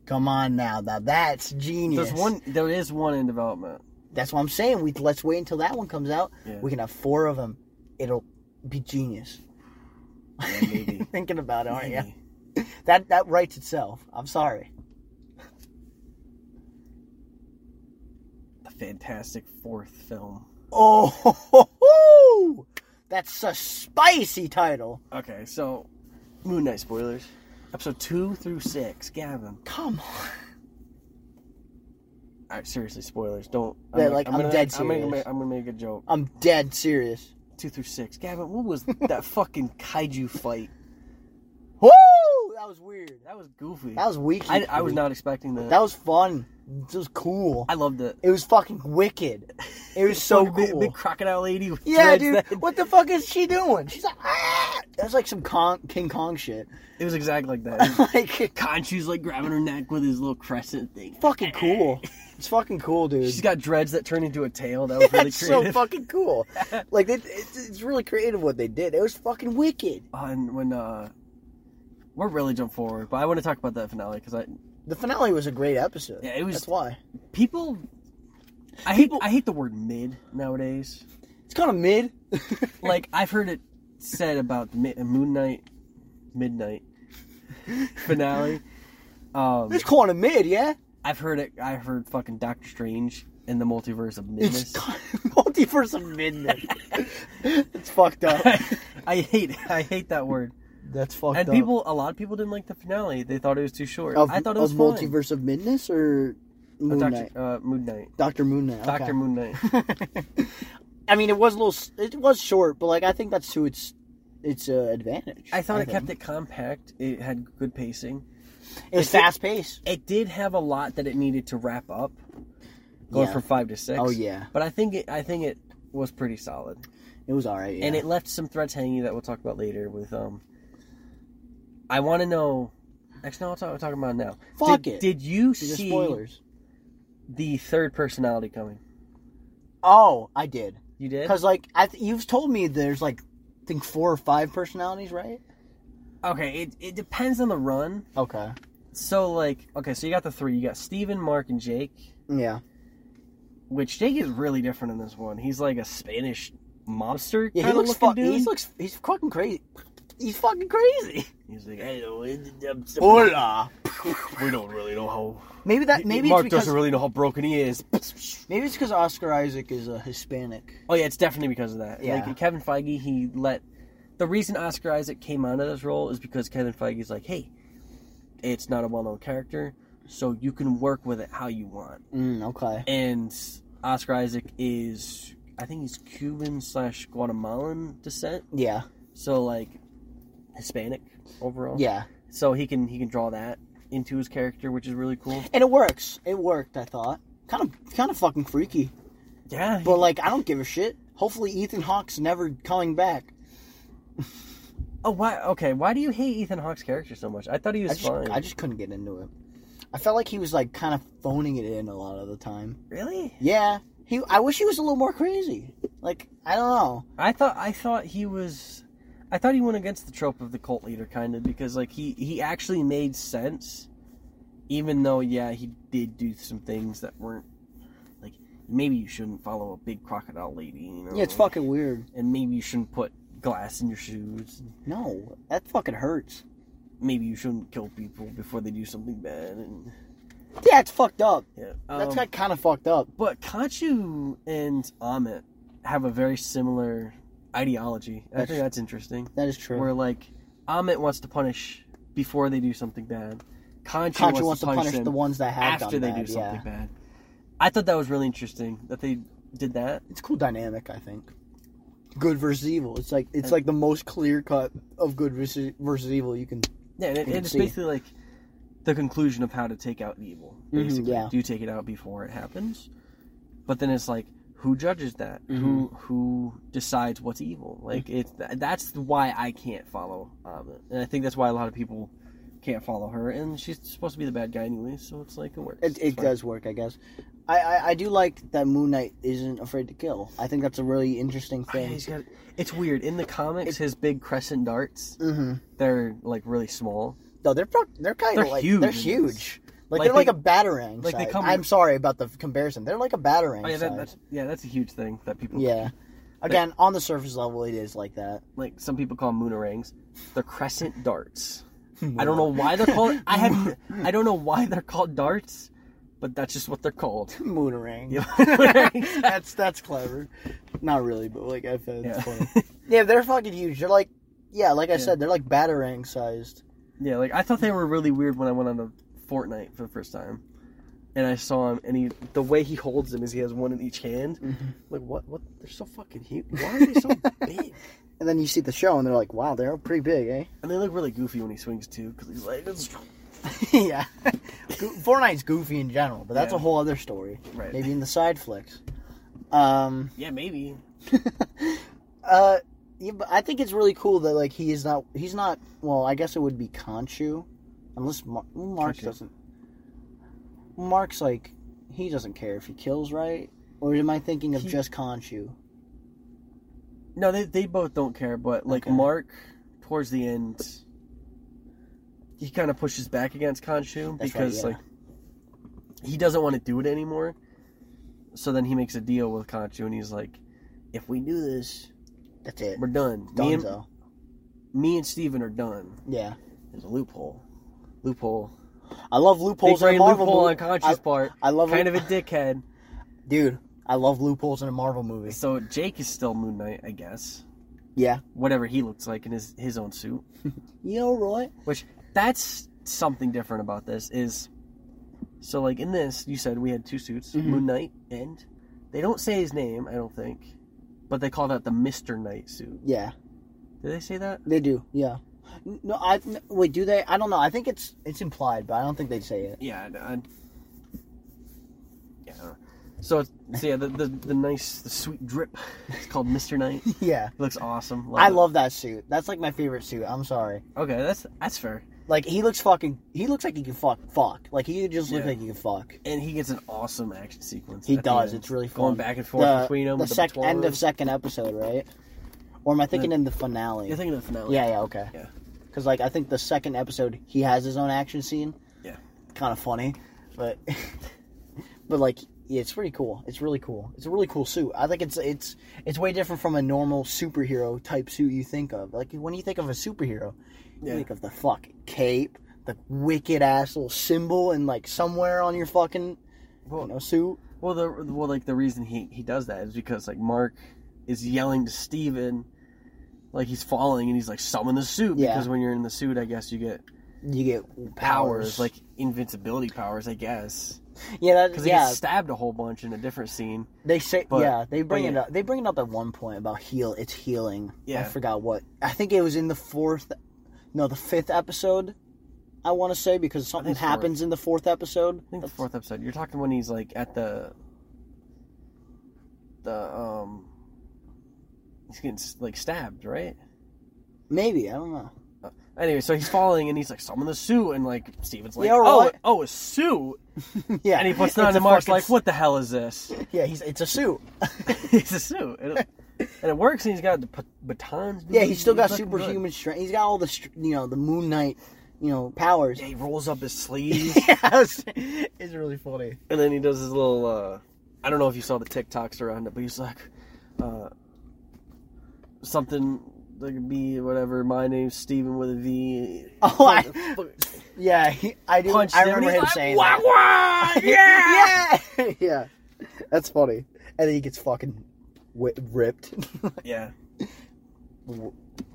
Come on now, now that's genius. There's one. There is one in development. That's what I'm saying. We let's wait until that one comes out. Yeah. We can have four of them. It'll be genius. Yeah, maybe. Thinking about it, aren't you? Maybe. That that writes itself. I'm sorry. The Fantastic Fourth film. Oh, ho, ho, ho. that's a spicy title. Okay, so Moon Knight spoilers. Episode two through six, Gavin. Come on. All right, seriously, spoilers. Don't. Yeah, like, I'm gonna, dead I'm gonna, serious. ma- I'm gonna make a joke. I'm dead serious. Two through six. Gavin, what was that fucking kaiju fight? Woo! That was weird. That was goofy. That was weak. I, I was not expecting that. That was fun. It was cool. I loved it. It was fucking wicked. It was so Fucking big, cool. big crocodile lady. with yeah, dreads dude. that- What the fuck is she doing? She's like, ah! That's like some Kong, King Kong shit. It was exactly like that. like, Conchu's like grabbing her neck with his little crescent thing. fucking cool. It's fucking cool, dude. She's got dreads that turn into a tail. That was really That's so creative. fucking cool. like, it, it's, it's really creative what they did. It was fucking wicked. On when uh, We're really jump forward, but I want to talk about that finale because I The finale was a great episode. Yeah, it was- That's why people. I hate I hate the word mid nowadays. it's kind of mid. Like I've heard it said about mi- Moon Knight, midnight finale. Um, it's kind of mid, yeah. I've heard it. I've heard fucking Doctor Strange and the multiverse of madness. It's kind of multiverse of midnight. it's fucked up. I hate I hate that word. That's fucked And up. people, a lot of people didn't like the finale. They thought it was too short. of, I thought it was of fine. multiverse of midness or Oh, Moon Knight. Doctor uh, Moon Knight. Doctor Moon Knight. okay. Doctor Moon Knight. I mean, it was a little. s- It was short, but like I think that's to its its uh, advantage. I thought it think. kept it compact. It had good pacing. It was it- fast paced. It did have a lot that it needed to wrap up, going Yeah. from five to six. Oh yeah, But I think it, I think it was pretty solid, it was all right. Yeah. and it left some threads hanging that we'll talk about later. With um, I want to know. Actually, no, I'll talk, I'll talk about it now. Fuck did, it. Did you These are see spoilers. the third personality coming? Oh, I did. You did. Because like I, th- you've told me there's like, I think four or five personalities, right? Okay, it, it depends on the run. Okay. So like, okay, so you got the three. You got Steven, Mark, and Jake. Yeah. Which Jake is really different in this one. He's like a Spanish mobster Yeah. He kinda looks. looking Fu- dude. he looks. He's fucking crazy. He's fucking crazy. He's like, I don't, Hola. we don't really know how. Maybe that. Maybe Mark it's because. doesn't really know how broken he is. Maybe it's because Oscar Isaac is a Hispanic. Oh yeah, it's definitely because of that. Yeah. Like Kevin Feige, he let. The reason Oscar Isaac came onto this role is because Kevin Feige's like, hey, it's not a well-known character, so you can work with it how you want. Mm, okay. and Oscar Isaac is I think he's Cuban slash Guatemalan descent, Yeah. so like Hispanic overall. Yeah. So he can he can draw that into his character, which is really cool. And it works. It worked. I thought. Kind of. Kind of fucking freaky. Yeah. But like, I don't give a shit. Hopefully, Ethan Hawke's never coming back. oh why okay, why do you hate Ethan Hawke's character so much? I thought he was I just, fine. I just couldn't get into it. I felt like he was like kind of phoning it in a lot of the time. really? Yeah, he. I wish he was a little more crazy. Like I don't know. I thought I thought he was I thought he went against the trope of the cult leader kind of because like he he actually made sense even though yeah, he did do some things that weren't like maybe you shouldn't follow a big crocodile lady, you know. Yeah, it's fucking weird. and maybe you shouldn't put glass in your shoes. No, that fucking hurts. Maybe you shouldn't kill people before they do something bad and Yeah, it's fucked up. yeah. That's Um, got kind of fucked up. But Kachu and Amit have a very similar ideology. I think That's- that's interesting. That is true. where like Amit wants to punish before they do something bad. Conchu, Contra wants, to punish, the them ones that have after done they bad, do yeah. something bad. I thought that was really interesting that they did that. It's a cool dynamic, I think. Good versus evil. It's like it's like the most clear cut of good versus, versus evil you can. Yeah, and it, You can it's see. basically like the conclusion of how to take out evil. Mhm, Basically, yeah. do you take it out before it happens? But then it's like who judges that? Who Mm-hmm. who decides what's evil? Like it's it that's why I can't follow Amit, and I think that's why a lot of people can't follow her. And she's supposed to be the bad guy anyway, so it's like it works. It, It's it fine. does work, I guess. I, I, I do like that Moon Knight isn't afraid to kill. I think that's a really interesting Yeah, thing. he's got. It's weird. In the comics, his big crescent darts, Mm-hmm. they're like really small. No, they're pro- they're kind They're of like huge. they're huge. Like, Like they're like they- a batarang. like they size. come- I'm sorry about the comparison. They're like a batarang. Oh, yeah, that, size. that's yeah, that's a huge thing that people. yeah. Again, on the surface level, it is like that. Like some people call them moonarangs. They're crescent darts. I don't know why they're called. I have. I don't know why they're called darts, but that's just what they're called. Moonerang. Moonerang. that's that's clever. Not really, but like I found Yeah. it's funny. Yeah, they're fucking huge. They're like, yeah, like I Yeah. said, they're like batarang sized. Yeah, like I thought they were really weird when I went on the Fortnite for the first time, and I saw him, and he the way he holds them is he has one in each hand. Like what? What? They're so fucking huge. Why are they so big? And then you see the show, and they're like, wow, they're pretty big, eh? And they look really goofy when he swings too, because he's like, it's... yeah. Go- Fortnite's goofy in general, but that's Yeah. a whole other story. Right. Maybe in the side flicks. Um, yeah, maybe. uh, yeah, but I think it's really cool that like he is not. He's not. Well, I guess it would be Conchu, unless Mar- Mark Conchu. doesn't. Mark's like he doesn't care if he kills, right? Or am I thinking of He- just Conchu? No, they they both don't care, but like Okay. Mark, towards the end, he kind of pushes back against Khonshu That's right, because yeah. like he doesn't want to do it anymore. So then he makes a deal with Khonshu and he's like, "If we do this, That's it. we're done. Me and, Dunzo. me and Steven are done." Yeah. There's a loophole. Loophole. I love Big loopholes in a great Marvel loophole on movie. Khonshu's part. I love kind it. of a dickhead. Dude, I love loopholes in a Marvel movie. So Jake is still Moon Knight, I guess. Yeah. Whatever he looks like in his his own suit. You know, Roy? Which that's something different about this is so like in this you said we had two suits, Mhm. Moon Knight and they don't say his name, I don't think. But they call that the Mr. Knight suit. Yeah, Did they say that? they do. Yeah. N- No, I n- wait. Do they? I don't know. I think it's it's implied, but I don't think they say it. Yeah, I, I- yeah. I don't know. So, it's, so yeah, the, the the nice the sweet drip. It's called Mr. Knight. yeah, Looks awesome. I it. love that suit. That's like my favorite suit. I'm sorry. Okay, that's that's fair. Like he looks fucking. He looks like he can fuck. Fuck. Like he just looks Yeah. like he can fuck. And he gets an awesome action sequence. He at the does. end. It's really going fun. back and forth the, between them. The with the sec- end of Batwaras. second episode, right? Or am I thinking in the finale? You're thinking of the finale. yeah. Yeah. Okay. Yeah. Because like I think the second episode he has his own action scene. Yeah. Kind of funny, but but like yeah, it's pretty cool. It's really cool. It's a really cool suit. I think it's it's it's way different from a normal superhero type suit you think of. Like when you think of a superhero, you Yeah. think of the fuck cape, the wicked ass little symbol, and like somewhere on your fucking you know, Well, suit. well, the well, like the reason he he does that is because like Mark is yelling to Steven, like he's falling and he's like summon the suit Yeah. because when you're in the suit, I guess you get You get powers powers, like invincibility powers, I guess. yeah, that, Because he yeah. gets stabbed a whole bunch in a different scene. They say But- yeah, they bring yeah. it up. They bring it up at one point about heal. It's healing. I Yeah. forgot what. I think it was in the fourth, no, the fifth episode. I want to say because something it's fourth. happens in the fourth episode. I think the That's- fourth episode. You're talking when he's like at the the um he's getting like stabbed, right? Maybe I don't know. Anyway, so he's falling and he's like summon the suit and like Steven's like Yeah, oh right. oh a suit yeah, and he puts it on it's a and Mark's fucking like what the hell is this? s- Yeah, he's it's a suit. it's a suit and it, and it works and he's got the p- batons. dude. Yeah, he's still got looking good. superhuman strength. He's got all the str- you know the Moon Knight you know powers. Yeah, he rolls up his sleeves Yes, it's really funny. and then he does his little uh I don't know if you saw the TikToks around it, but he's like uh something like be whatever, my name's Steven with a V. Oh, I- Yeah, he, I do. Punched I him, and remember he's him like, saying "Wah, that. wah, yeah! yeah, yeah. That's funny. And then he gets fucking wi ripped. Yeah,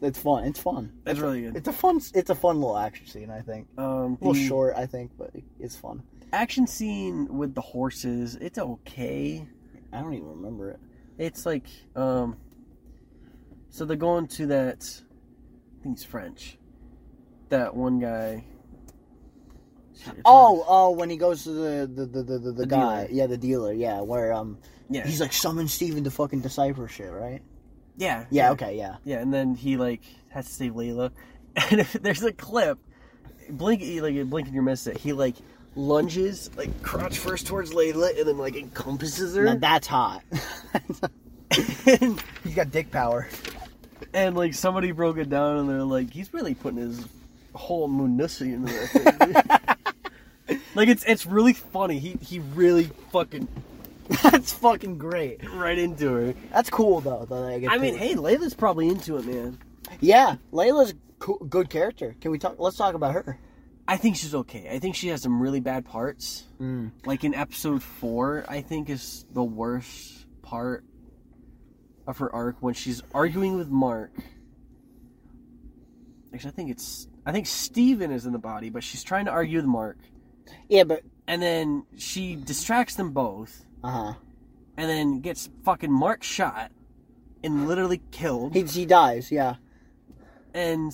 it's fun. It's fun. that's really good. It's a fun. It's a fun little action scene. I think. Um, A little the short, I think, but it's fun. action scene with the horses, it's okay. I don't even remember it. It's like, um, so they're going to that, I think he's French, that one guy. Shit, it's- Oh, oh, when he goes to the the the the, the, The guy, dealer. yeah, the dealer, yeah, where um, yeah, he's like summon Steven to fucking decipher shit, right? yeah, Yeah. Okay. Yeah. Yeah, and then he like has to save Layla, and if there's a clip, blink like you blink and you miss it. He like lunges like crotch first towards Layla, and then like encompasses her, Now that's hot. and, he's got dick power. and, like somebody broke it down, and they're like, he's really putting his whole munusi into that thing. dude." like it's it's really funny. He he really fucking that's fucking great. right into her. That's cool though. though that get I mean, paid. hey, Layla's probably into it, man. Yeah, Layla's co- good character. Can we talk? Let's talk about her. I think she's okay. I think she has some really bad parts. Mm. like in episode four, I think is the worst part of her arc when she's arguing with Mark. Actually, I think it's I think Steven is in the body, but she's trying to argue with Mark, Yeah, but and then she distracts them both, uh huh. and then gets fucking Mark shot and literally killed, He he dies. Yeah, and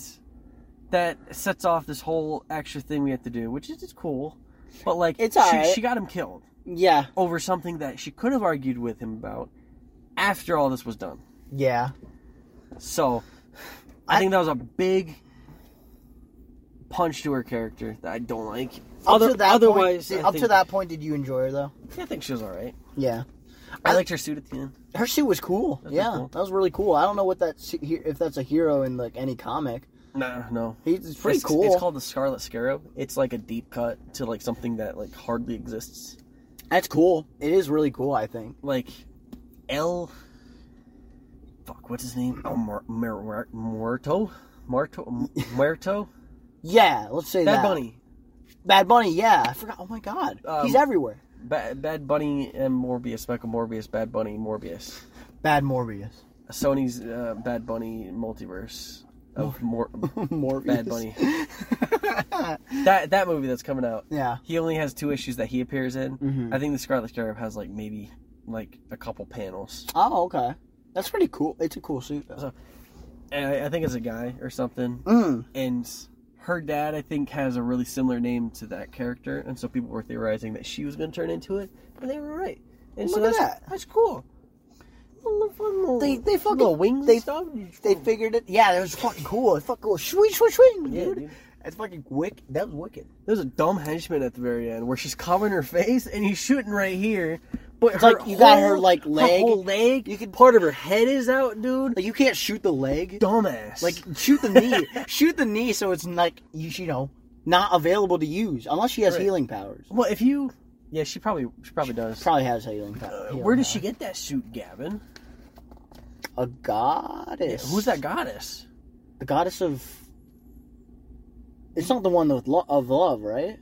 that sets off this whole extra thing we have to do, which is just cool. But like, It's she, alright. she got him killed. yeah, over something that she could have argued with him about after all this was done. yeah. So, I, I- think that was a big punch to her character that I don't like. Up Other- to that otherwise, point, I up think, to that point, did you enjoy her though? I think she was all right. Yeah, I, I- liked her suit at the end. her suit was cool. That was yeah, cool. that was really cool. I don't know what that se- he- if that's a hero in like any comic. Nah, no. He's pretty it's, cool. It's called the Scarlet Scarab. It's like a deep cut to like something that like hardly exists. That's cool. It is really cool. I think. Like L. Fuck, what's his name? Oh, Mur- Mur- Mur- Muerto, Muerto, Muerto. Yeah, let's say Bad that. Bunny. Bad Bunny. Yeah, I forgot. Oh my God, he's Um, everywhere. Ba- Bad Bunny and Morbius. Michael Morbius. Bad Bunny. Morbius. Bad Morbius. Sony's uh, Bad Bunny multiverse of Mor- Morbius. Bad Bunny. that that movie that's coming out. yeah. He only has two issues that he appears in. Mhm. I think the Scarlet Scarab has like maybe like a couple panels. Oh, okay. That's pretty cool. It's a cool suit. Though. And I, I think it's a guy or something. Mm. And her dad, I think, has a really similar name to that character, and so people were theorizing that she was going to turn into it, and they were right. And so Look at that's that. That's cool. Little, fun little, They- they fucking- little wings they- and stuff. They figured it. Yeah, that was fucking cool. It's fucking cool. Sweet, sweet, sweet, dude. Yeah, dude. That's fucking wicked. That was wicked. There's a dumb henchman at the very end where she's covering her face and he's shooting right here, but It's her like you got her, whole- like, leg. whole leg. You can- part of her head is out, dude. Like you can't shoot the leg. Dumbass. Like shoot the knee. shoot the knee so it's like you, you know not available to use unless she has Right. healing powers. well, if you, yeah, she probably she probably does. Probably has healing powers. Uh, Where did she get that suit, Gavin? A goddess. Who's that goddess? The goddess of. It's not the one with lo- of love, right?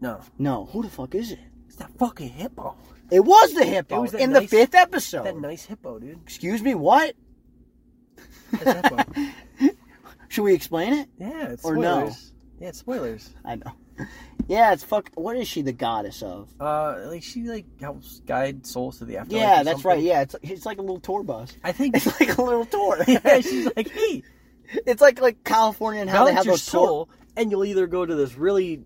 No, No. Who the fuck is it? it's that fucking hippo. It was the hippo It was that in the nice- fifth episode. That nice hippo, dude. Excuse me, what? That's hippo. Should we explain it? yeah, it's Or no. spoilers. Yeah, it's spoilers. I know. Yeah, it's fuck. What is she the goddess of? Uh, like she like helps guide souls to the afterlife. yeah, or that's something. right. Yeah, it's it's like a little tour bus. I think. It's like a little tour. yeah, she's like, hey, It's like like California and how they balance have your those tour. soul, and you'll either go to this really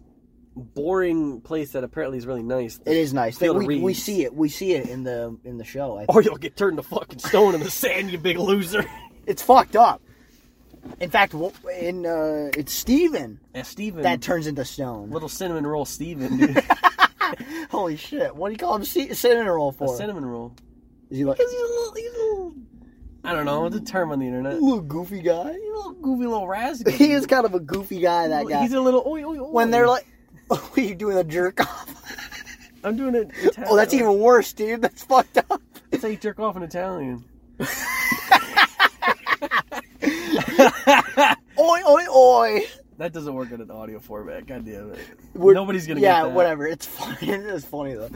boring place that apparently is really nice, It is nice. They, Field of we, we Reeds. see it. We see it in the in the show. I think. or you'll get turned to fucking stone in the sand, you big loser. It's fucked up. In fact, wo- in uh, it's Steven Yeah, Steven, that turns into stone. little cinnamon roll, Steven, dude. Holy shit! What do you call him? C- cinnamon roll a for? cinnamon roll. is he like Because he's a little, he's a little. I don't know. What's the term on the internet? little goofy guy? He's a little goofy little rascal. He is kind of a goofy guy. That guy. He's a little. Oi, oi, oi. when they're like, "Oh, you doing a jerk off?" I'm doing it. Italian. Oh, that's even worse, dude. That's fucked up. It's like jerk off in Italian. Oi, oi, oi. That doesn't work in an audio format. God damn it. We're- Nobody's gonna Yeah, get that. whatever. It's funny. It's funny though.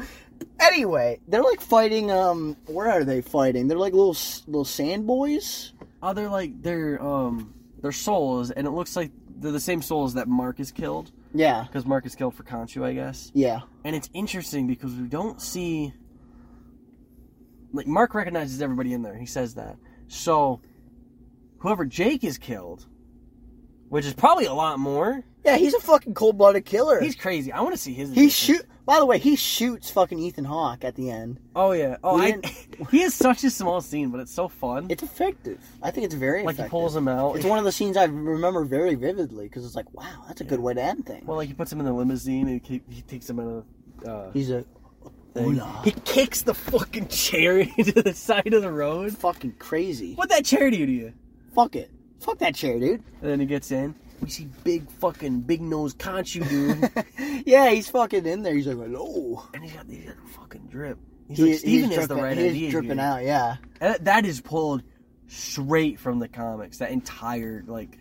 Anyway, they're like fighting. Um, where are they fighting? They're like little s- little sand boys. Oh, they're like they're um they're souls, and it looks like they're the same souls that Marcus killed Yeah, because Marcus killed for Conchu, I guess. yeah. And it's interesting because we don't see like Mark recognizes everybody in there. He says that. So whoever Jake is killed, which is probably a lot more. Yeah, he's a fucking cold blooded killer. He's crazy. I want to see his. he addiction. shoot. By the way, he shoots fucking Ethan Hawke at the end. Oh yeah. Oh, We I, didn't- he is such a small scene, but it's so fun. It's effective. I think it's very like effective. he pulls him out. It's one of the scenes I remember very vividly because it's like, wow, that's a good way to end things. well, like he puts him in the limousine and he, he takes him out of. the, Uh, he's a thing. Hola. He kicks the fucking chair into the side of the road. fucking crazy. What that chair do to you? Fuck it. Fuck that chair, dude. And then he gets in. We see big fucking big nose Conchu dude, yeah, he's fucking in there. He's like, hello. and he's got, he's got a fucking drip. He's He- like Steven is the dripping- right he's idea. dripping dude." out, yeah. And that- that is pulled straight from the comics. That entire like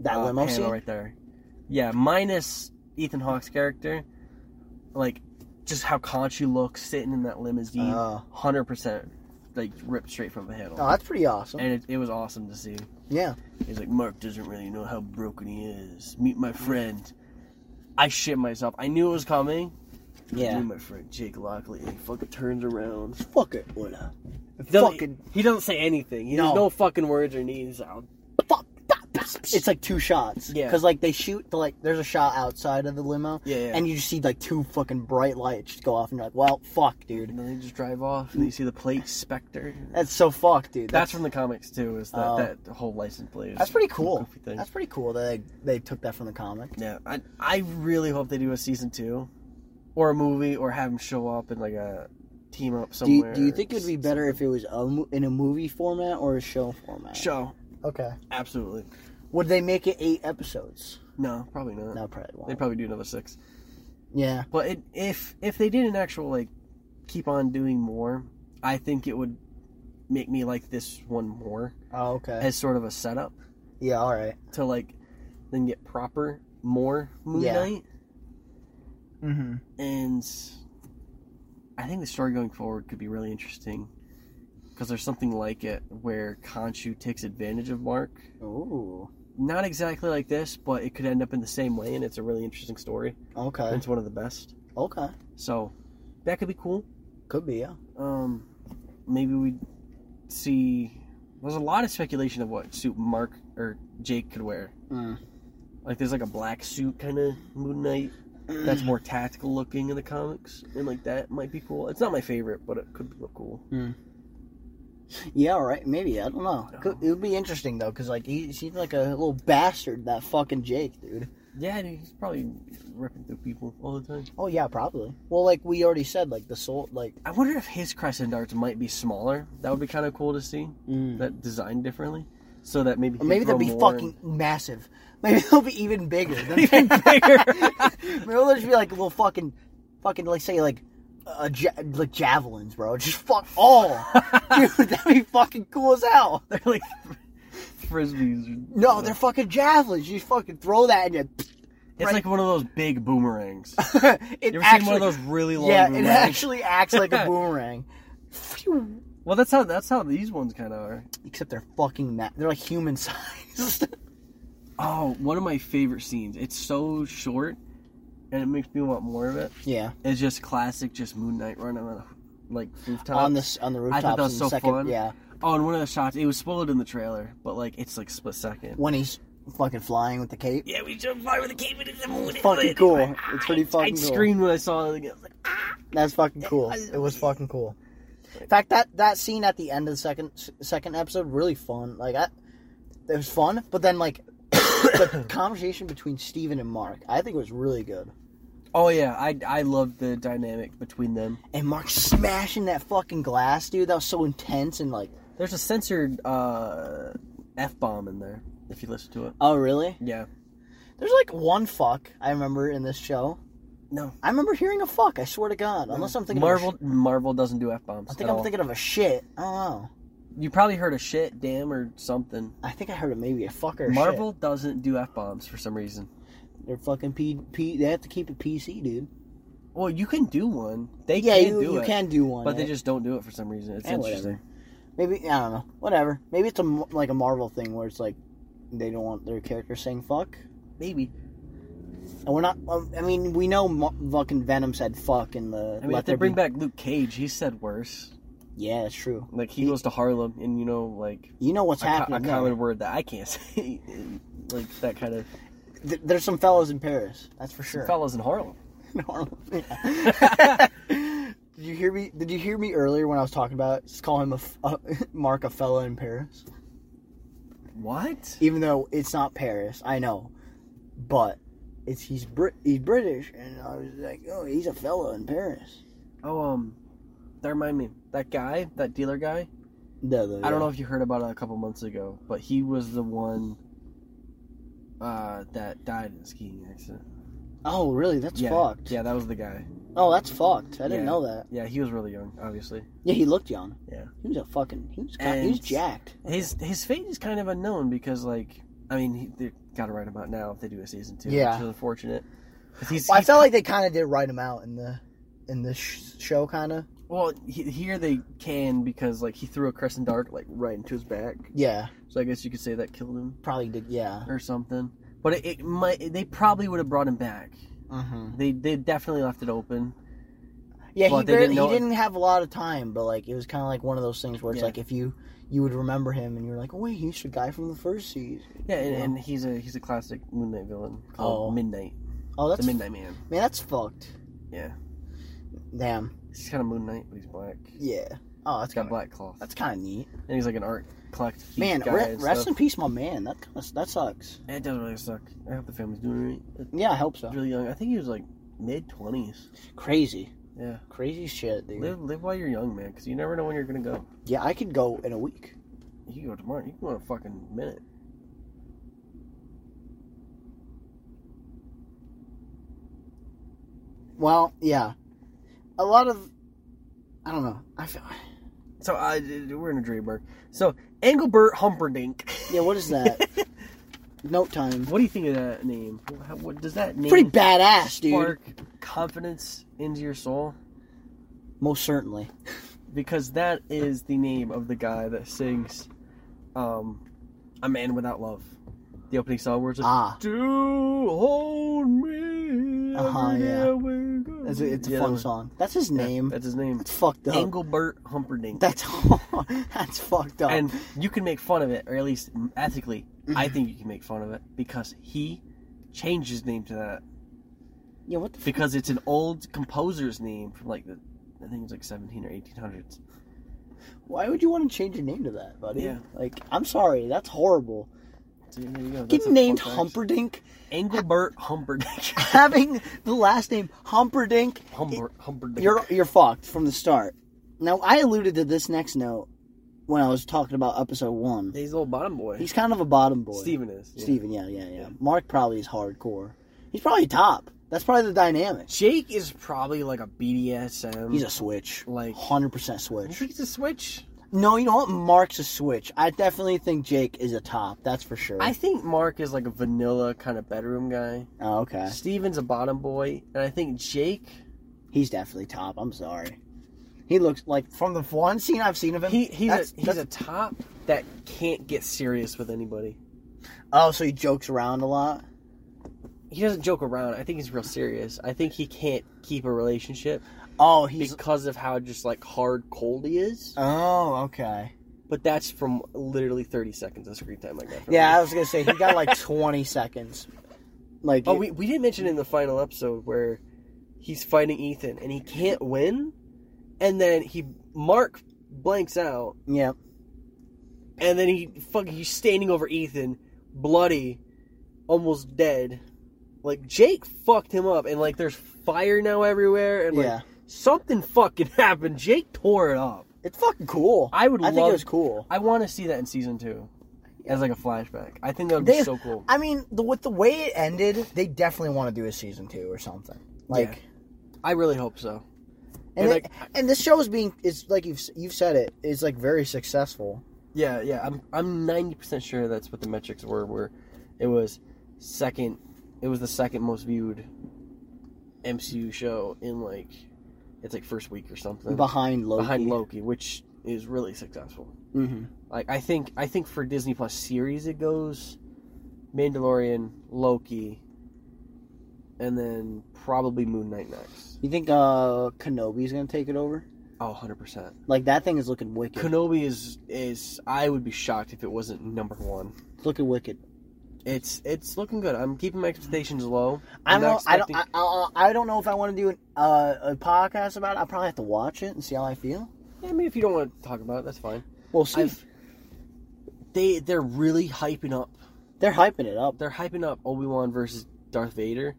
That uh, limo panel scene. right there. Yeah, minus Ethan Hawke's character, like just how Conchu looks sitting in that limousine, Oh. hundred percent like ripped straight from the handle. Oh, that's pretty awesome. and it, it was awesome to see. yeah. He's like, Mark doesn't really know how broken he is. Meet my friend. I shit myself. I knew it was coming. Yeah. Meet my friend Jake Lockley. And he fucking turns around. Fuck it. Hola. Doesn't- Fucking. He doesn't say anything. He No. There's no fucking words or needs. I'll- Fuck. It's like two shots. Yeah. Because, like, they shoot, the, like, there's a shot outside of the limo. Yeah, yeah. And you just see, like, two fucking bright lights just go off, and you're like, well, fuck, dude. And then they just drive off. And you see the plate Spectre. That's so fucked, dude. That's from the comics too. Is that Oh. that whole license plate? is That's pretty a cool. goofy thing. That's pretty cool that they, they took that from the comic. Yeah, I I really hope they do a season two, or a movie, or have him show up in like a team up Do you, somewhere. do you think it would be better if it was a, mo- in a movie format or a show format? show? Okay. Absolutely. Would they make it eight episodes? No, probably not. No, probably won't. They'd probably do another six. yeah, But it, if if they did an actual like keep on doing more, I think it would make me like this one more oh, okay. as sort of a setup yeah, all right. to like then get proper more Moon Yeah. Knight. Mm-hmm. And I think the story going forward could be really interesting because there's something like it where Khonshu takes advantage of Mark. Ooh, Not exactly like this, but it could end up in the same way, and it's a really interesting story. okay, It's one of the best. okay. So that could be cool. Could be, yeah. um, maybe we'd see. There's a lot of speculation of what suit Mark or Jake could wear. Mm. Like, there's like a black suit kind of Moon Knight that's more tactical looking in the comics, and like that might be cool. It's not my favorite, but it could look cool. Yeah, all right. Maybe I don't know. Could, it would be interesting though, because like he seems like a little bastard. That fucking Jake, dude. Yeah, dude, he's probably ripping through people all the time. Oh yeah, probably. Well, like we already said, like the soul, like I wonder if his crescent darts might be smaller. That would be kind of cool to see. Hmm. That designed differently, so that maybe he Mm. or can maybe throw they'll be more fucking massive. Maybe they'll be even bigger. and- even bigger. Maybe they'll just be like little fucking, fucking like say like, uh, ja- like javelins, bro. Just fuck all, dude. That'd be fucking cool as hell. They're like frisbees. or- No, they're fucking javelins. You just fucking throw that and you. It's Right. like one of those big boomerangs. You it ever actually, seen one of those really long yeah, it boomerangs? actually acts like a boomerang. Phew. Well, that's how that's how these ones kind of are. Except they're fucking ma- they're like human sized. Oh, one of my favorite scenes. It's so short, and it makes me want more of it. yeah, It's just classic, just Moon Knight running on a, like rooftop. on this on the I rooftops. thought that was in the so second, fun. Yeah, Oh, and one of the shots. It was spoiled in the trailer, but like it's like split second. when he's fucking flying with the cape. Yeah, we jumped by with a cave into the moon. and Fucking landed. cool. I- It's pretty I, fucking cool. screamed when I saw it. Again. I was like, That's fucking cool. It was fucking cool. In fact, that that scene at the end of the second second episode really fun. Like, I, it was fun, but then like the conversation between Steven and Mark, I think was really good. oh yeah, I I loved the dynamic between them. And Mark smashing that fucking glass, dude. That was so intense and like. There's a censored uh, f bomb in there if you listen to it. Oh really? Yeah. There's like one fuck I remember in this show. No. I remember hearing a fuck. I swear to God. Unless I'm thinking Marvel Of a sh- Marvel doesn't do f bombs. I think I'm thinking of a shit. I don't know. You probably heard a shit, damn, or something. I think I heard it maybe a fucker. Marvel doesn't do f bombs for some reason. They're fucking P. P. They have to keep it PC, dude. Well, you can do one. They Yeah, can you, do you it, can do one. but they eh? just don't do it for some reason. It's Eh, whatever. interesting. maybe I don't know. Whatever. Maybe it's a m- like a Marvel thing where it's like they don't want their characters saying fuck. Maybe. And we're not. um, I mean, we know Mo- fucking Venom said fuck in the. I mean, if they bring back Luke Cage, he said worse. Yeah, it's true. Like he goes to Harlem, and you know, like You know what's a, co- a happening. there. common word that I can't say, like that kind of Th- There's some fellas in Paris. That's for sure. fellas in Harlem. in Harlem. Yeah. Did you hear me? Did you hear me earlier when I was talking about just call him a, f- a- Mark a fella in Paris? What? Even though it's not Paris, I know, but it's he's Brit he's British, and I was like, oh, he's a fella in Paris. Oh, um, that remind me. That guy, that dealer guy. No, though, I don't yeah. know if you heard about it a couple months ago, but he was the one uh, that died in a skiing accident. Oh, really? That's yeah, fucked. yeah, that was the guy. Oh, that's fucked. I didn't Yeah. know that. Yeah, he was really young, obviously. Yeah, he looked young. Yeah. He was a fucking. He was. Kind, he was And- jacked. His his fate is kind of unknown because, like, I mean, he, they got to write him out now if they do a season two, Yeah. which is unfortunate. 'Cause He's, Well, I he's- felt like they kind of did write him out in the in this sh- show, kind of. well, he, here they can because, like, he threw a crescent dart like right into his back, Yeah, so I guess you could say that killed him probably did. Yeah. or something. But it, it might they probably would have brought him back. Mm-hmm. They they definitely left it open. Yeah, But he, they barely, didn't know- he didn't have a lot of time, but like it was kind of like one of those things where it's Yeah. like if you you would remember him and you're like, oh wait, he's the guy from the first season. Yeah, and, Yeah. and he's a he's a classic Moon Knight villain called Oh. Midnight, Oh, that's the Midnight Man. man, that's fucked. Yeah, Damn. he's kind of Moon Knight, but he's black. Yeah. Oh, that's It's got kind of black cloth, that's kind of neat. and he's like an art collect thief Man, guy. re- and rest in stuff. peace, my man. That kind of that sucks. It doesn't really suck. I hope the family's doing right. It's Yeah, I hope so. really young. I think he was like mid twenties. Crazy, Yeah, crazy shit, dude. live live while you're young, man, because you never know when you're gonna go. Yeah, I could go in a week. You can go tomorrow. You can go in a fucking minute. Well, yeah. A lot of. I don't know. I feel. So I we're in a Dreamberg. So Engelbert Humperdinck. Yeah, what is that? Note time. What do you think of that name? How, what does that name? Pretty badass, dude. spark confidence into your soul Most certainly. because that is the name of the guy that sings, um, "A Man Without Love." The opening song words. Like, Ah. Do hold me. Uh-huh, every yeah. day we go." It's a, it's a Yeah, that fun was- song. That's his yeah, name. That's his name. That's fucked up. Engelbert Humperdinck. That's that's fucked up. and you can make fun of it, or at least ethically, Mm-hmm. I think you can make fun of it because he changed his name to that yeah, what the f- because it's an old composer's name from like the I think it was like 17 or 1800s. Why would you want to change your name to that, buddy? Yeah. Like, I'm sorry, that's horrible. So there you go. Getting named Humperdink, Engelbert Humperdinck. having the last name Humperdink, Humber, Humperdinck. you're you're fucked from the start. Now, I alluded to this next note when I was talking about episode one. He's a little bottom boy. He's kind of a bottom boy. Steven is. yeah. Steven, yeah, yeah, yeah. Mark probably is hardcore. He's probably top. That's probably the dynamic. Jake is probably like a BDSM. He's a switch. Mm. Like- 100% You switch. think he's a switch. No, you know what? Mark's a switch. I definitely think Jake is a top. That's for sure. I think Mark is like a vanilla kind of bedroom guy. oh, okay. Steven's a bottom boy, and I think Jake He's definitely top. I'm sorry. He looks like from the one scene I've seen of him. He, he's that's- a, he's that's- a top that can't get serious with anybody. oh, so he jokes around a lot. He doesn't joke around. I think he's real serious. I think he can't keep a relationship Oh, he's because of how just like hard cold he is. oh okay. But that's from literally 30 seconds of screen time I got. From Yeah, I him. was gonna say he got like 20 seconds. Like Oh, we, we didn't mention in the final episode where he's fighting Ethan and he can't win, and then he Mark blanks out, yeah. and then he fucking he's standing over Ethan, bloody, almost dead. Like Jake fucked him up, and like there's fire now everywhere, and like Yeah. something fucking happened. Jake tore it up. It's fucking cool. I would I think love- it was cool. I want to see that in season two, as like a flashback. I think that would be They- so cool. I mean, the, with the way it ended, they definitely want to do a season two or something. Like, Yeah. I really hope so. and, And, it- and this show is being it's like you've you've said it. It's like very successful. Yeah, yeah. I'm I'm 90 percent sure that's what the metrics were. Where it was second, it was the second most viewed MCU show in like it's like first week or something. Behind Loki. behind Loki, which is really successful. Mm-hmm. Like I think I think for Disney Plus series it goes Mandalorian, Loki, and then probably Moon Knight next. You think uh Kenobi's gonna take it over? Oh, 100%. Like that thing is looking wicked. Kenobi is is I would be shocked if it wasn't number 1. It's looking wicked. It's it's looking good. I'm keeping my expectations low. I I'm don't. not Know, I don't. expecting- I, I, I don't know if I want to do an, uh, a podcast about it. I probably have to watch it and see how I feel. I mean if you don't want to talk about it, that's fine. We'll see. I've- They they're really hyping up They're hyping it up. they're hyping up Obi Wan versus Darth Vader,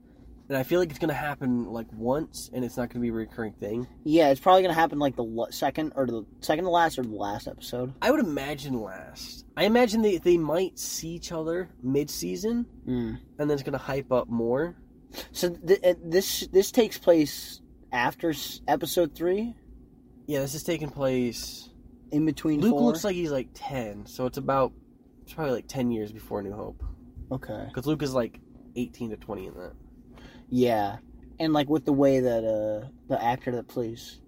and I feel like it's gonna happen like once, and it's not gonna be a recurring thing. Yeah, it's probably gonna happen like the l- second or the second to last or the last episode. I would imagine last. I imagine they they might see each other mid season, Mm. and then it's gonna hype up more. So th- uh, this this takes place after s- episode three, Yeah, this is taking place. in between. Luke four? looks like he's like ten, so it's about it's probably like ten years before New Hope, okay. because Luke is like eighteen to twenty in that. Yeah, and like with the way that uh the actor that plays,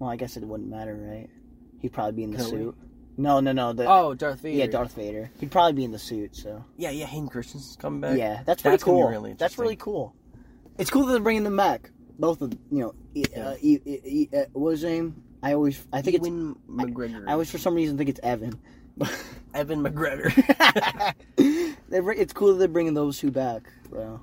well, I guess it wouldn't matter, right? He'd probably be in the Kenobi? suit. No, no, no. The Oh, Darth Vader. yeah, Darth Vader. He'd probably be in the suit. So Yeah, yeah. Hayden Christensen's coming back. yeah, that's pretty that's gonna be cool. really that's interesting. really cool. It's cool that they're bringing them back. Both of you know, e- Yeah. uh, e- e- e- uh, what was his name? I always I think it's Ewan McGregor. I always for some reason think it's Evan. Evan McGregor. They bring- it's cool that they're bringing those two back. Bro.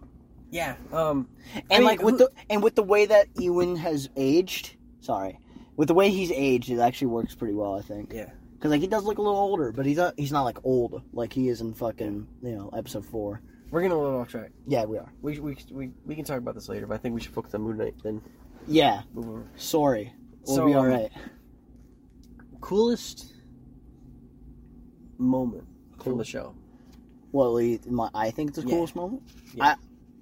yeah. Um. And mean, like with who- the and with the way that Ewan has aged, sorry, with the way he's aged, it actually works pretty well. I think Yeah. because like he does look a little older, but he's not he's not like old like he is in fucking you know episode four. We're getting a little off track. Yeah, we are. We, we, we, we can talk about this later, but I think we should focus on Moon Knight then. Yeah, Move over. sorry, we'll So, be um, all right. Coolest moment from the show. Well, we- my, I think it's the Yeah. coolest moment. Yeah. I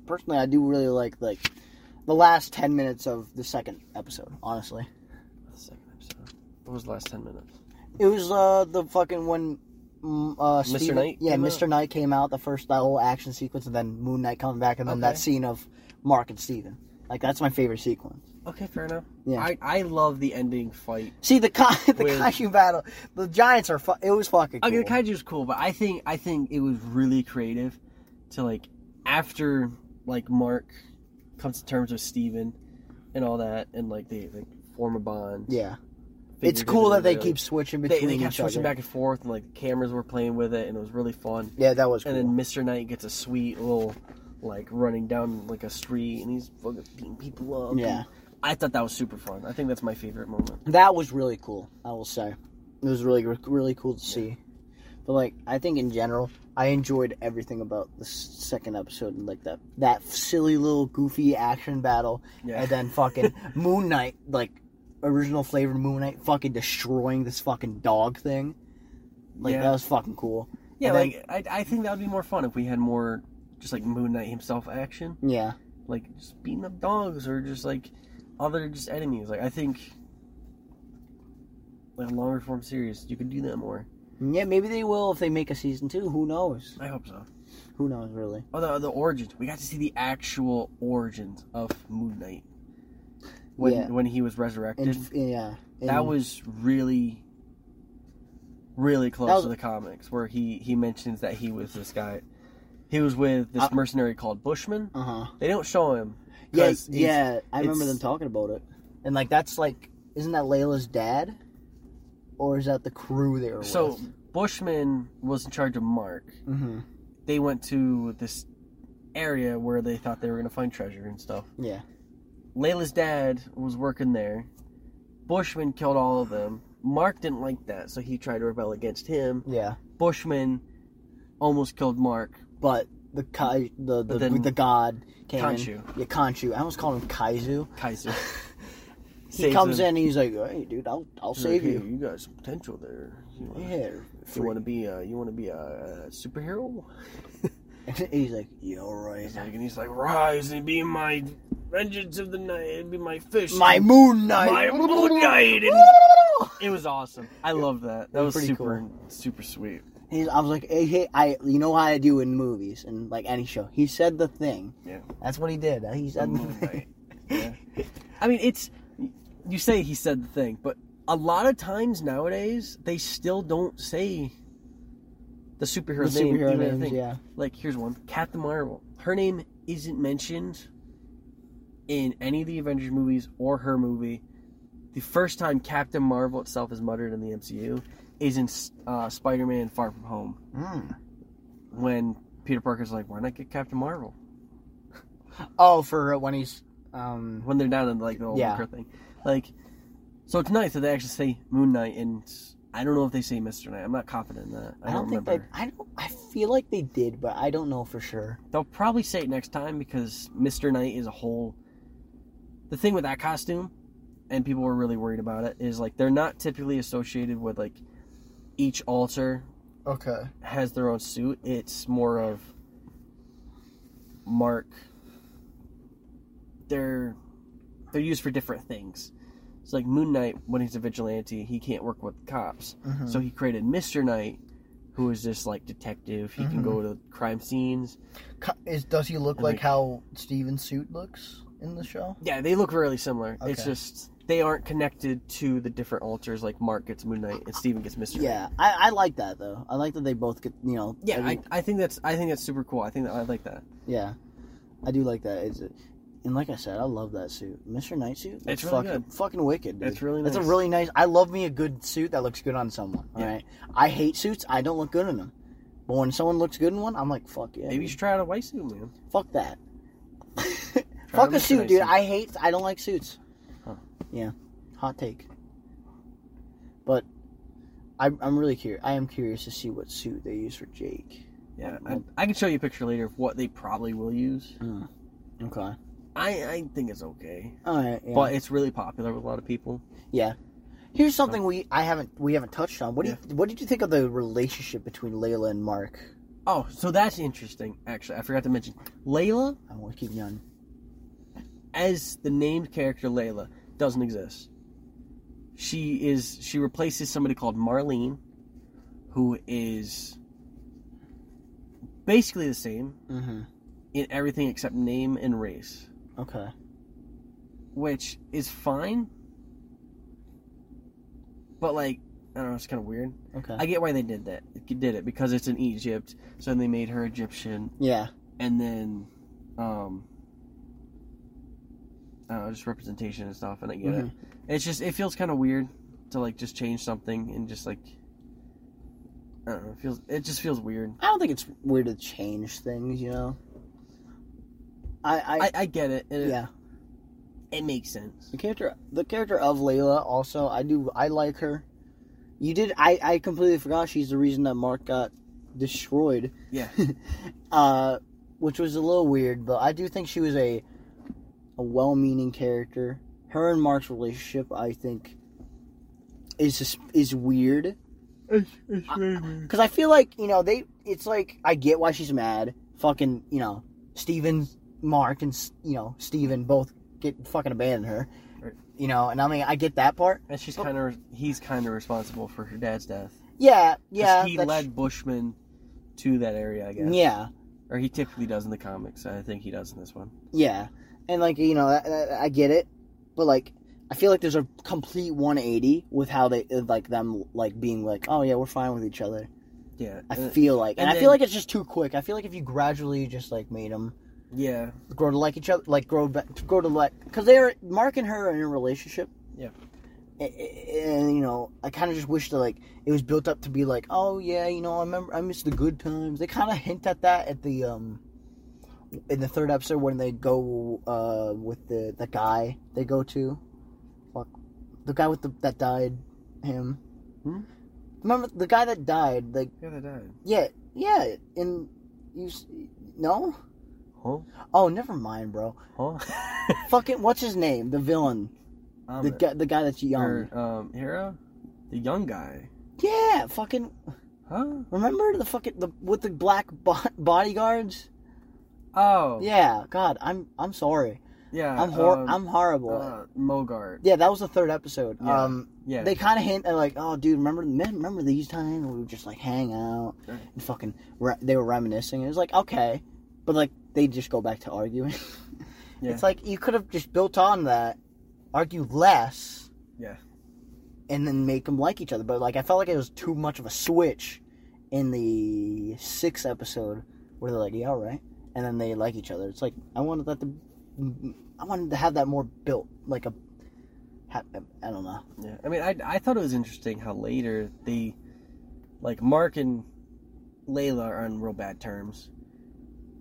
personally, I do really like like the last 10 minutes of the second episode, honestly. Second episode. What was the last ten minutes? It was uh the fucking when mm, uh, Mr. Steven- Knight Yeah, came Mr. Knight came out the first that whole action sequence, and then Moon Knight coming back, and then that Okay. scene of Mark and Steven. Like that's my favorite sequence. Okay, fair enough. Yeah. I, I love the ending fight. See the Ka- the With- kaiju battle. The giants are. Fu- it was fucking. Cool. Okay, the kaiju's cool, but I think I think it was really creative to like after like Mark comes to terms with Steven and all that and like they like form a bond. yeah, it's figuratively, cool that they really. keep switching they, between they kept each other. switching back and forth and like the cameras were playing with it and it was really fun. Yeah, that was cool. And then Mr. Knight gets a sweet little like running down like a street and he's fucking beating people up. Yeah. I thought that was super fun. I think that's my favorite moment. that was really cool. I will say, it was really really cool to see. But like, I think in general, I enjoyed everything about the s- second episode and like that that silly little goofy action battle, Yeah. and then fucking Moon Knight, like original flavored Moon Knight, fucking destroying this fucking dog thing. Like Yeah. that was fucking cool. Yeah, And then- like I, I think that would be more fun if we had more just like Moon Knight himself action, Yeah, like just beating up dogs or just like other just enemies. Like I think like a longer form series, you could do that more. yeah. Maybe they will if they make a season two. Who knows? I hope so. Who knows really? Oh, the, the origins. We got to see the actual origins of Moon Knight when Yeah. when he was resurrected. And yeah, and- that was really really close That was- to the comics where he he mentions that he was this guy he was with this I- mercenary called bushman uh huh. they don't show him Uh, Yeah, 'cause he's- yeah, I remember it's- them talking about it. And like that's like, isn't that Layla's dad, or is that the crew they were so with? bushman was in charge of mark hmm they went to this area where they thought they were going to find treasure and stuff yeah, layla's dad was working there bushman killed all of them mark didn't like that so he tried to rebel against him yeah. bushman almost killed mark But the Kai, the the, But then- the god came in. Khonshu. Yeah, Kanchu. I almost called him Kaizu. kaiser He comes in and he's like, "Hey, dude, I'll I'll Like, save "Hey, you." You got some potential there. You wanna, Yeah. you free- wanna be a you wanna be a, uh superhero? he's like, "You're right." He's like, and he's like, rise and be my vengeance of the night, and be my fish, My moon my knight. moon knight. And it was awesome. I love that. That It was, was pretty super super sweet. He's, I was like, hey, hey, I, you know how I do in movies and like any show. He said the thing. Yeah. That's what he did. He The said the moon thing. knight. Yeah. I mean, it's you say he said the thing, but a lot of times nowadays they still don't say the The superhero's name. even superhero in the names, thing. yeah. like here's one captain marvel her name isn't mentioned in any of the avengers movies or her movie the first time captain marvel itself is muttered in the mcu is in uh, spider-man far from home Hmm. when peter parker's like why not get captain marvel Oh, for when he's um when they're down in like the old Yeah. Winker thing like so it's nice that they actually say moon knight and i don't know if they say mr knight i'm not confident in that i, I don't think remember they I don't I feel like they did, but I don't know for sure. They'll probably say it next time because Mr. Knight is a whole. The thing with that costume, and people were really worried about it, is like they're not typically associated with like each altar Okay. has their own suit. It's more of Mark. They're they're used for different things. It's like Moon Knight when he's a vigilante, he can't work with cops, Mm-hmm. so he created Mr. Knight, who is this like detective. He can go to crime scenes. Is does he look And like like- how Steven's suit looks in the show? Yeah, they look really similar. It's Okay. just they aren't connected to the different altars. Like Mark gets Moon Knight and Steven gets Mister. Yeah, I, I like that though. I like that they both get you know. yeah. I, every- I think that's I think that's super cool. I think that I like that. yeah, I do like that. It's, and like I said, I love that suit, Mr. Night suit. It's really fucking, fucking wicked. Dude. It's really That's nice. a really nice. I love me a good suit that looks good on someone. All right. Yeah. I hate suits. I don't look good in them. But when someone looks good in one, I'm like, fuck yeah. Maybe you dude. should try out a white suit, man. Fuck that. Try Fuck on a Mr. suit, Nice dude. I hate. I don't like suits. Huh. Yeah, hot take. But I'm, I'm really curious. I am curious to see what suit they use for Jake. Yeah, I, I can show you a picture later of what they probably will use. Okay. I I think it's okay, All right. Yeah. but it's really popular with a lot of people. yeah. Here's Oh. something we I haven't we haven't touched on. What do you, what did you think of the relationship between Layla and Mark? Oh, so that's interesting. Actually, I forgot to mention Layla. I want to keep going. as the named character Layla doesn't exist. She is she replaces somebody called Marlene, who is basically the same Mm-hmm. in everything except name and race, Okay. which is fine. But like, I don't know, it's kind of weird. Okay. I get why they did that. Did it because it's in Egypt, so they made her Egyptian, yeah. and then, um, I don't know, just representation and stuff. And I get it. Mm-hmm. It's just it feels kind of weird to like just change something and just like, I don't know. It feels it just feels weird. I don't think it's weird to change things, you know. I I, I, I get it. and It, yeah. it makes sense. The character the character of Layla also I do I like her. You did I I completely forgot she's the reason that Mark got destroyed. Yeah. uh which was a little weird, but I do think she was a a well-meaning character. Her and Mark's relationship, I think is is weird It's, it's very weird. Because I feel like, you know, they. It's like, I get why she's mad. Fucking, you know, Steven, Mark, and, S- you know, Steven both get fucking abandon her. Right. You know, and I mean, I get that part. And she's kind of he's kind of responsible for her dad's death. 'Cause Yeah, yeah. He that's- led Bushman to that area, I guess. Yeah, Or he typically does in the comics. I think he does in this one. yeah. And, like, you know, that, that- I get it. But, like, I feel like there's a complete 180 with how they, uh, like, them, like, being like, oh, yeah, we're fine with each other. Yeah. I Uh, feel like. And, and I then- feel like it's just too quick. I feel like if you gradually just, like, made them yeah. grow to like each other, like grow back, grow to like, because they're Mark and her are in a relationship. Yeah. A- a- And, you know, I kind of just wish that like it was built up to be like, oh yeah, you know, I remember I miss the good times. They kind of hint at that at the um in the third episode when they go uh with the the guy they go to, fuck, the guy with the that died, him. Hmm? Remember the guy that died? Like Yeah, they died. yeah, yeah. And you s- no? Huh? Oh, never mind, bro Huh? fucking what's his name? The villain, the Ahmed. guy, the guy that's Or, young. um, Hera? The young guy. Yeah, fucking Huh? remember the fucking the with the black bo- bodyguards. Oh. Yeah, God, I'm I'm sorry. Yeah. I'm hor- um, I'm horrible. uh, Mogart. yeah, that was the third episode. Yeah. Um, Yeah. they kind of hint at like, oh, dude, remember men- remember these times we would just like hang out Right. and fucking re- they were reminiscing. It was like okay, but like they just go back to arguing. Yeah. It's like you could have just built on that, argue less. Yeah. And then make them like each other, but like I felt like it was too much of a switch in the sixth episode where they're like, "Yeah, all right," and then they like each other. It's like I wanted that to, I wanted to have that more built, like a, ha- I don't know. yeah. I mean, I, I thought it was interesting how later they, like, Mark and Layla are on real bad terms.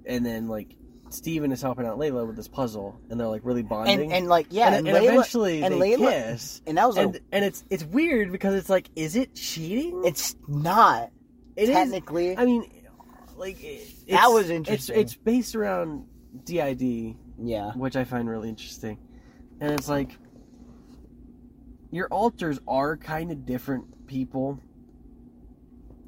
And then, like, Steven is helping out Layla with this puzzle, and they're, like, really bonding. and and like yeah, And- and and, Layla, eventually and they Layla- kiss. and that was and like, and it's it's weird because it's like, is it cheating? it's not It is- technically. I mean, like it, That was it's- interesting. It's, based around DID, yeah, which I find really interesting, and it's like your alters are kind of different people,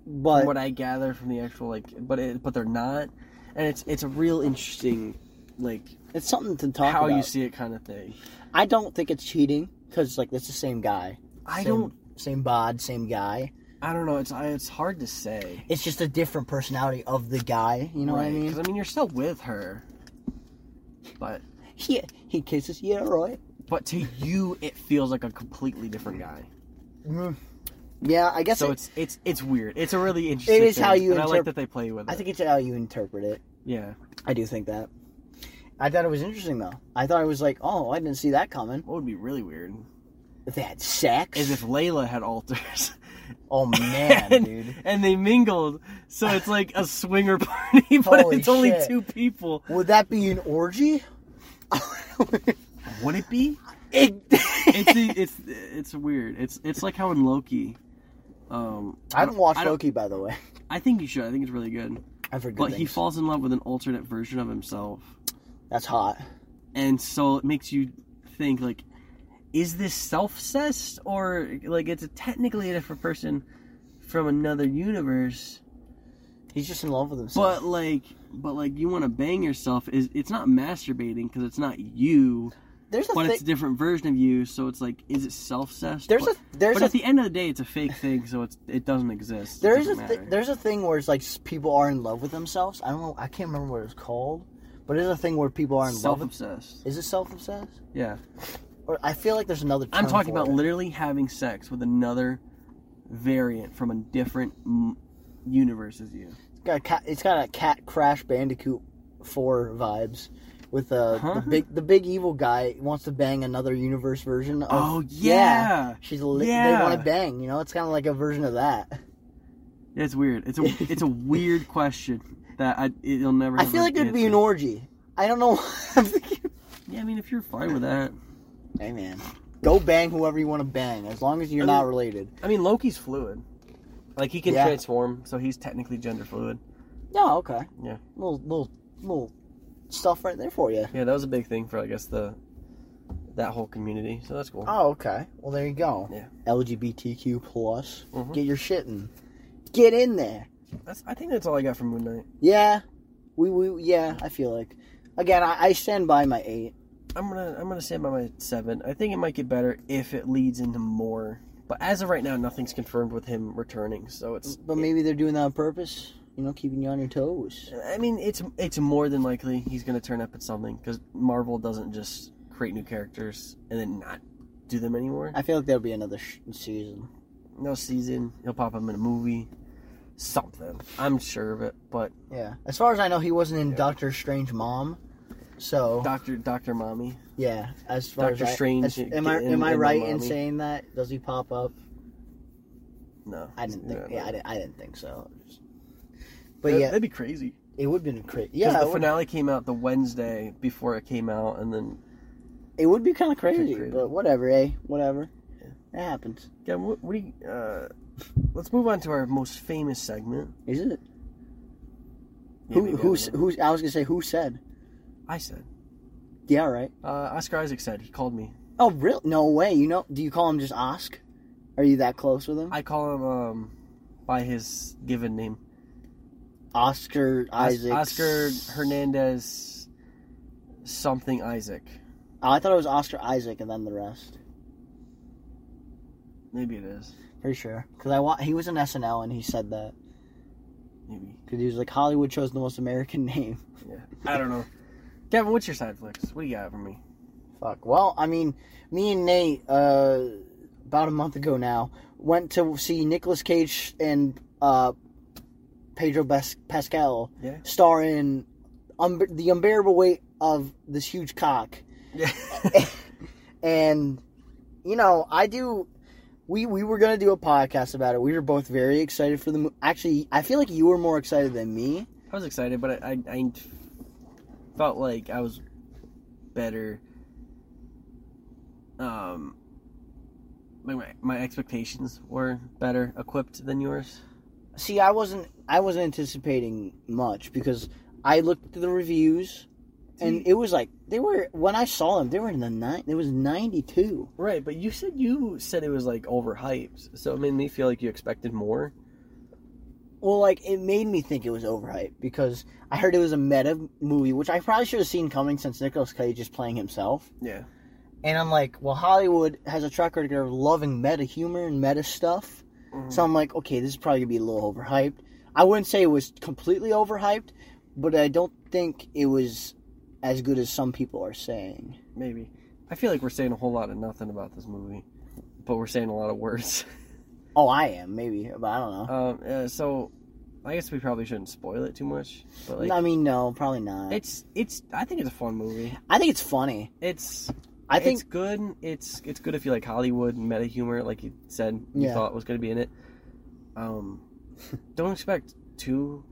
but from what I gather from the actual like, but it, but they're not, and it's it's a real interesting like it's something to talk how about. you see it kind of thing. I don't think it's cheating because like that's the same guy. I Same- don't. same bod, same guy. I don't know. It's I- it's hard to say. It's just a different personality of the guy. You know what I mean? Because I mean, you're still with her, but He he kisses. Yeah, right. but to you, it feels like a completely different guy. Yeah, I guess So it, it's it's it's weird. It's a really interesting. is how thing, you and I like interp- that they play with. I it. think it's how you interpret it. Yeah. I do think that. I thought it was interesting though. I thought it was like, oh, I didn't see that coming. What would be really weird If they had sex, is if Layla had altars. oh man, and, dude, and they mingled, so it's like a swinger party, but Holy it's only shit. two people. would that be an orgy? Would it be? It- It's it's it's weird. It's it's like how in Loki. Um, I haven't watched I don't- Loki by the way. I think you should. I think it's really good. I forgot. But he falls in love with an alternate version of himself. That's hot. and so it makes you think like is this self-cessed or like it's a technically a different person from another universe He's just in love with himself. But like, but like, you want to bang yourself is it's not masturbating because it's not you, there's a but it's a thing. different version of you. So it's like, is it self-cessed? There's but, a there's but a at the end of the day, it's a fake thing, so it's it doesn't exist. It there is a doesn't th- matter. there's a thing where it's like s- people are in love with themselves. I don't know. I can't remember what it's called, but there's a thing where people are in love. With, self-obsessed. is it self-obsessed? Yeah, Or I feel like there's another. I'm term talking for about it. literally having sex with another variant from a different m- universe as you. It's got a ca- it's got a cat Crash Bandicoot four vibes. With uh, Huh? the big the big evil guy wants to bang another universe version. Of, Oh yeah. she's li- Yeah. they want to bang. You know, it's kind of like a version of that. It's weird. It's a it's a weird question that I it'll never. I have feel an like it'd be answer. an orgy. I don't know. I'm thinking- Yeah, I mean, if you're fine with that, hey man, go bang whoever you want to bang, as long as you're I not mean- related. I mean Loki's fluid. Like he can Yeah. transform, so he's technically gender fluid. No, Oh, okay. Yeah. Little little little stuff right there for you. Yeah, that was a big thing for I guess the that whole community. So that's cool. Oh, okay. Well, there you go. Mm-hmm. Yeah. LGBTQ plus. Mhm. Get your shit in. Get in there. That's I think that's all I got from Moon Knight. Yeah. We we yeah. I feel like again I, I stand by my eight. I'm gonna I'm gonna stand by my seven. I think it might get better if it leads into more. But as of right now, nothing's confirmed with him returning. So it's But maybe they're doing that on purpose. You know, keeping you on your toes. I mean, it's it's more than likely he's going to turn up at something because Marvel doesn't just create new characters and then not do them anymore. I feel like there'll be another sh- season. No season, he'll pop them in a movie, something. I'm sure of it. But Yeah. As far as I know, he wasn't in Doctor Strange Mom. So Doctor Doctor Mommy, yeah. As far Doctor as I- Strange as- get am I in- am I in the right in mommy. saying that? Does he pop up? no, I didn't think. Yeah, I didn't. I didn't think so. But That- yeah, that'd be crazy. it would have been crazy. 'Cause Yeah, it the would, finale came out the Wednesday before it came out, and then it would be kind of crazy. crazy. But whatever, eh? Whatever. It happens. yeah, what, what do you? Uh, let's move on to our most famous segment. Is it? Yeah, Who? maybe I Who's? don't know. Who's? I was gonna say who said. I said. Yeah, right. Uh, Oscar Isaac said he called me. Oh, real? No way. You know? Do you call him just Osk? Are you that close with him? I call him um, by his given name. Oscar Isaac. Oscar Hernandez something Isaac. Oh, I thought it was Oscar Isaac and then the rest. Maybe it is. Pretty sure. Because I wa- he was in SNL and he said that. Maybe. Because he was like, Hollywood chose the most American name. Yeah. I don't know. Kevin, what's your side flicks? What do you got for me? Fuck. Well, I mean, me and Nate, uh, about a month ago now, went to see Nicolas Cage and uh, Pedro Bas- Pascal Yeah. star in um, The Unbearable Weight of This Huge Cock. Yeah. and you know i do we we were gonna do a podcast about it we were both very excited for the movie actually i feel like you were more excited than me I was excited, but I, I, I felt like I was better. Um, my- my, my expectations were better equipped than yours. see i wasn't i wasn't anticipating much because i looked through the reviews and it was like they were when i saw them they were in the nine it was 92 Right, but you said you said it was like overhyped, so it made me feel like you expected more. well like it made me think it was overhyped because i heard it was a meta movie which i probably should have seen coming since nicholas cage is playing himself Yeah. And I'm like, well, Hollywood has a track record of loving meta humor and meta stuff. So I'm like, okay, this is probably gonna be a little overhyped. I wouldn't say it was completely overhyped, but I don't think it was as good as some people are saying. Maybe. I feel like we're saying a whole lot of nothing about this movie, but we're saying a lot of words. Oh, I am maybe, but I don't know. um, uh, so, I guess we probably shouldn't spoil it too much. But like, I mean, no, probably not. it's it's. I think it's a fun movie. I think it's funny. It's I think it's good. It's it's good if you like Hollywood and meta humor, like you said you Yeah. thought was going to be in it. Um, don't expect too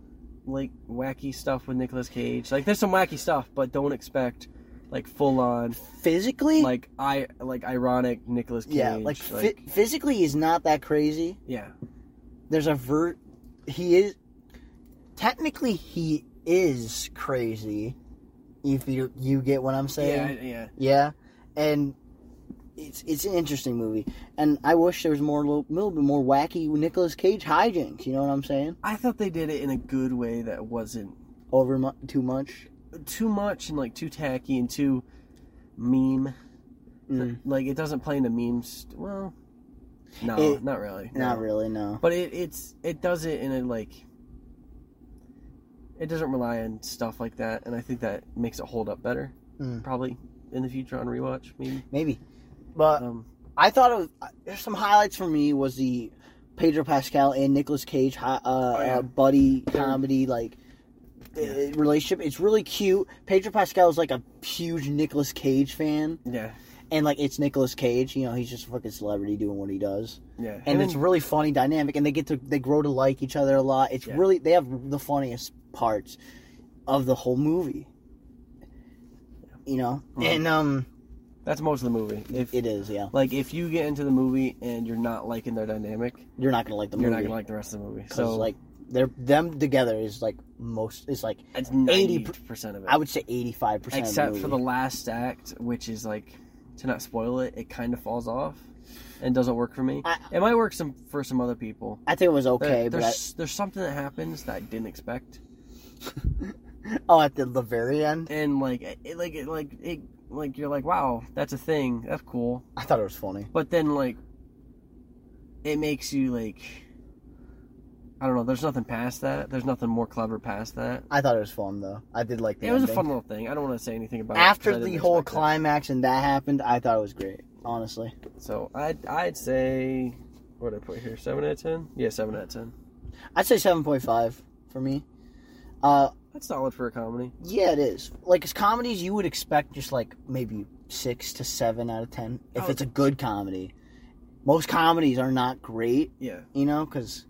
like wacky stuff with Nicolas Cage. Like there's some wacky stuff, but don't expect like full on physically, like I like ironic Nicolas Cage. yeah, like, phy- physically, he's not that crazy. yeah. There's a ver. He is technically he is crazy. If you you get what I'm saying. Yeah, yeah. Yeah, and it's it's an interesting movie, and I wish there was more little, little bit more wacky Nicolas Cage hijinks. You know what I'm saying? I thought they did it in a good way that wasn't Over mu- too much. too much and like too tacky and too meme. Mm. Like it doesn't play into memes. Well, no, It- not really. Not No. really. No. But it, it's it does it in a like. It doesn't rely on stuff like that, and I think that makes it hold up better. Mm. Probably in the future on rewatch, maybe. Maybe. But Um, I thought it was, uh, there's some highlights for me was the Pedro Pascal and Nicolas Cage hi- uh, Oh, yeah. uh, buddy comedy like uh, Yeah. relationship. It's really cute. Pedro Pascal is like a huge Nicolas Cage fan, yeah, and like it's Nicolas Cage. You know, he's just a fucking celebrity doing what he does, yeah, and Him it's really funny dynamic. And they get to they grow to like each other a lot. It's Yeah. really they have the funniest parts of the whole movie. You know, Mhm. and um, that's most of the movie. If it is yeah. like if you get into the movie and you're not liking their dynamic, You're not gonna like the you're not movie. gonna like the rest of the movie. Because So like they're them together is like most is like it's 80 ninety percent of it. I would say eighty five percent. except of for the the movie. last act, which is like to not spoil it, it kind of falls off and doesn't work for me. I- it might work some for some other people. I think it was There- okay, but there's there's something that happens that I didn't expect, I, oh, at the, the very end, and like it, like it, like it like you're like wow that's a thing that's cool, I thought it was funny. but then like it makes you like I don't know. There's nothing past that. There's nothing more clever past that. I thought it was fun though. I did like the. It was a ending. fun little thing. I don't want to say anything about it. 'cause After I the didn't whole expect it. climax and that happened, I thought it was great. Honestly, So I'd I'd say what did I put here? Seven out of ten? Yeah, seven out of ten. I'd say seven point five for me. Uh, That's solid for a comedy. yeah, it is. Like as comedies, you would expect just like maybe six to seven out of ten if Oh. it's a good comedy. Most comedies are not great, Yeah. you know, because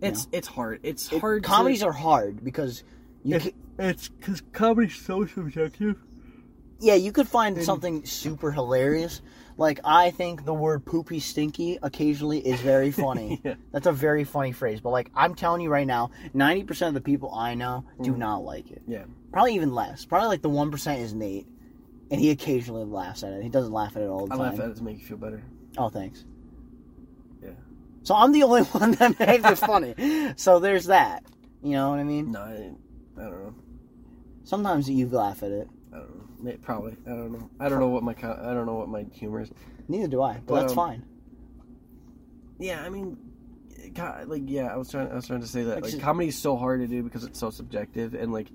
It's it's hard. It's It- hard comedies to, are hard because you If- ca it's cause comedy's so subjective. yeah you could find and- something super hilarious like i think the word poopy stinky occasionally is very funny Yeah. that's a very funny phrase but like i'm telling you right now 90% of the people i know do not like it Mm. Yeah. probably even less probably like the 1% is nate and he occasionally laughs at it he doesn't laugh at it all the I time laugh at it to make you feel better. oh thanks Yeah. so i'm the only one that makes it funny so there's that you know what i mean No, I, I don't know. sometimes you laugh at it I don't know. It, probably. I don't know. I don't know what my co- I don't know what my humor is. neither do i but, But, that's um, fine Yeah, I mean God, like yeah, I was trying I was trying to say that. It's Like just- comedy is so hard to do because it's so subjective and like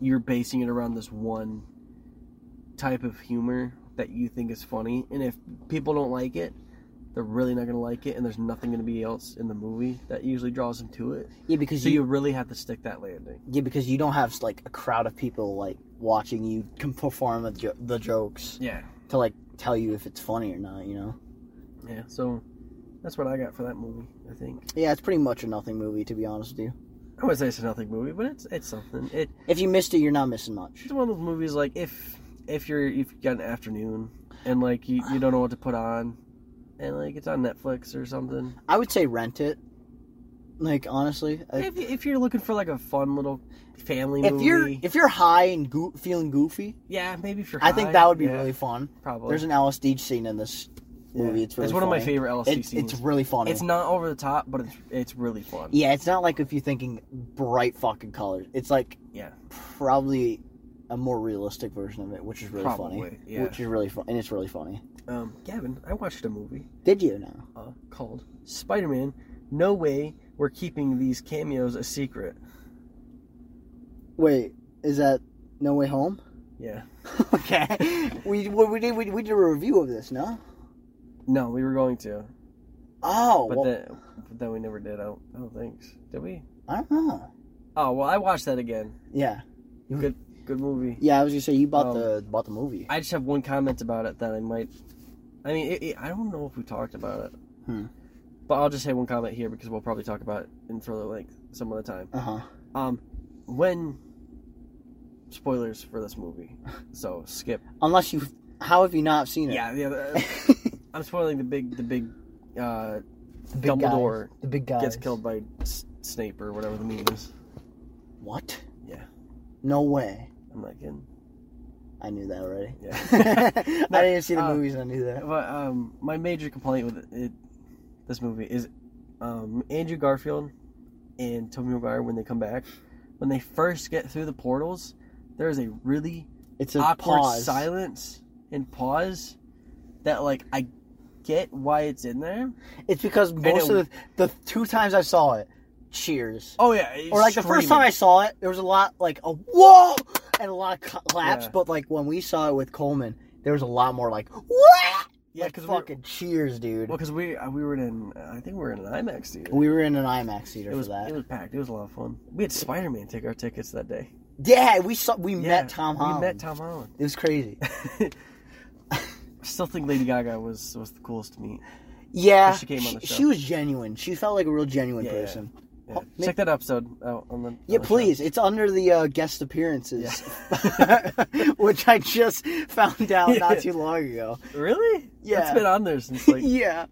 you're basing it around this one type of humor that you think is funny and if people don't like it, they're really not gonna like it and there's nothing gonna be else in the movie that usually draws them to it. yeah because So you really have to stick that landing. Yeah, because you don't have like a crowd of people like watching you can perform the, jo- the jokes Yeah. to like tell you if it's funny or not. You know. Yeah. So that's what I got for that movie, I think. Yeah, it's pretty much a nothing movie to be honest with you. I wouldn't say it's a nothing movie, but it's it's something. It If you missed it, you're not missing much. It's one of those movies like if if you're if you got an afternoon and like you, you don't know what to put on and like it's on Netflix or something. I would say rent it. Like honestly, I, If, if you're looking for like a fun little family if movie, you're if you're high and goo feeling goofy, yeah, maybe if you're I think high, that would be yeah, really fun. probably. There's an LSD scene in this movie. It's really it's one of my funny. favorite LSD It- scenes. It's really funny. It's not over the top, but it's it's really fun. yeah, it's not like if you're thinking bright fucking colors. It's like Yeah. probably a more realistic version of it, which is really funny. Probably, yeah. Which is really fun, and it's really funny. Um, Gavin, I watched a movie Did you know? uh, called Spider-Man. No way, we're keeping these cameos a secret. Wait, is that No Way Home? Yeah. okay, we we we did we, we did a review of this, no? No, we were going to, Oh, but well, then but then we never did. I don't, I don't think. Did we? I don't know. Oh well, I watched that again. uh-huh. Yeah, Good, good movie. yeah. I was gonna say you bought Um, the bought the movie. I just have one comment about it that I might. I mean, it, it, I don't know if we talked about it, Hmm. but I'll just say one comment here because we'll probably talk about it in further length some other time. Uh huh. Um, when spoilers for this movie, so skip. Unless you, how have you not seen it? Yeah, yeah. the I'm spoiling the big, the big, uh, big Dumbledore guys, the big guy gets killed by S- Snape or whatever the meme is. What? Yeah. No way. I'm not kidding. I knew that already. Yeah. I didn't see the uh, movies. and I knew that. But um, my major complaint with it, this movie is um, Andrew Garfield and Tobey Maguire when they come back, when they first get through the portals, there is a really It's a awkward pause. silence and pause that like I get why it's in there. It's because most it- of the, the two times I saw it, cheers. Oh yeah, it's or like the first time I screaming. saw it, there was a lot like a whoa and a lot of claps. Yeah. But like when we saw it with Coleman, there was a lot more like what? yeah, like because fucking cheers, dude. we, well, 'cause we uh, we were in I think we were in an IMAX theater. we were in an IMAX theater it was for that. it was packed. It was a lot of fun. We had Spider Man take our tickets that day. yeah, we saw we Yeah, met Tom Holland. We met Tom Holland. It was crazy. I still think Lady Gaga was was the coolest meet. Yeah, She came on the she, show. she was genuine. She felt like a real genuine Yeah. person. Yeah. Oh, ma- Check that episode out on the. on Yeah, the show. please. It's under the uh, guest appearances, which I just found out not too long ago. Really? Yeah. It's been on there since like. yeah.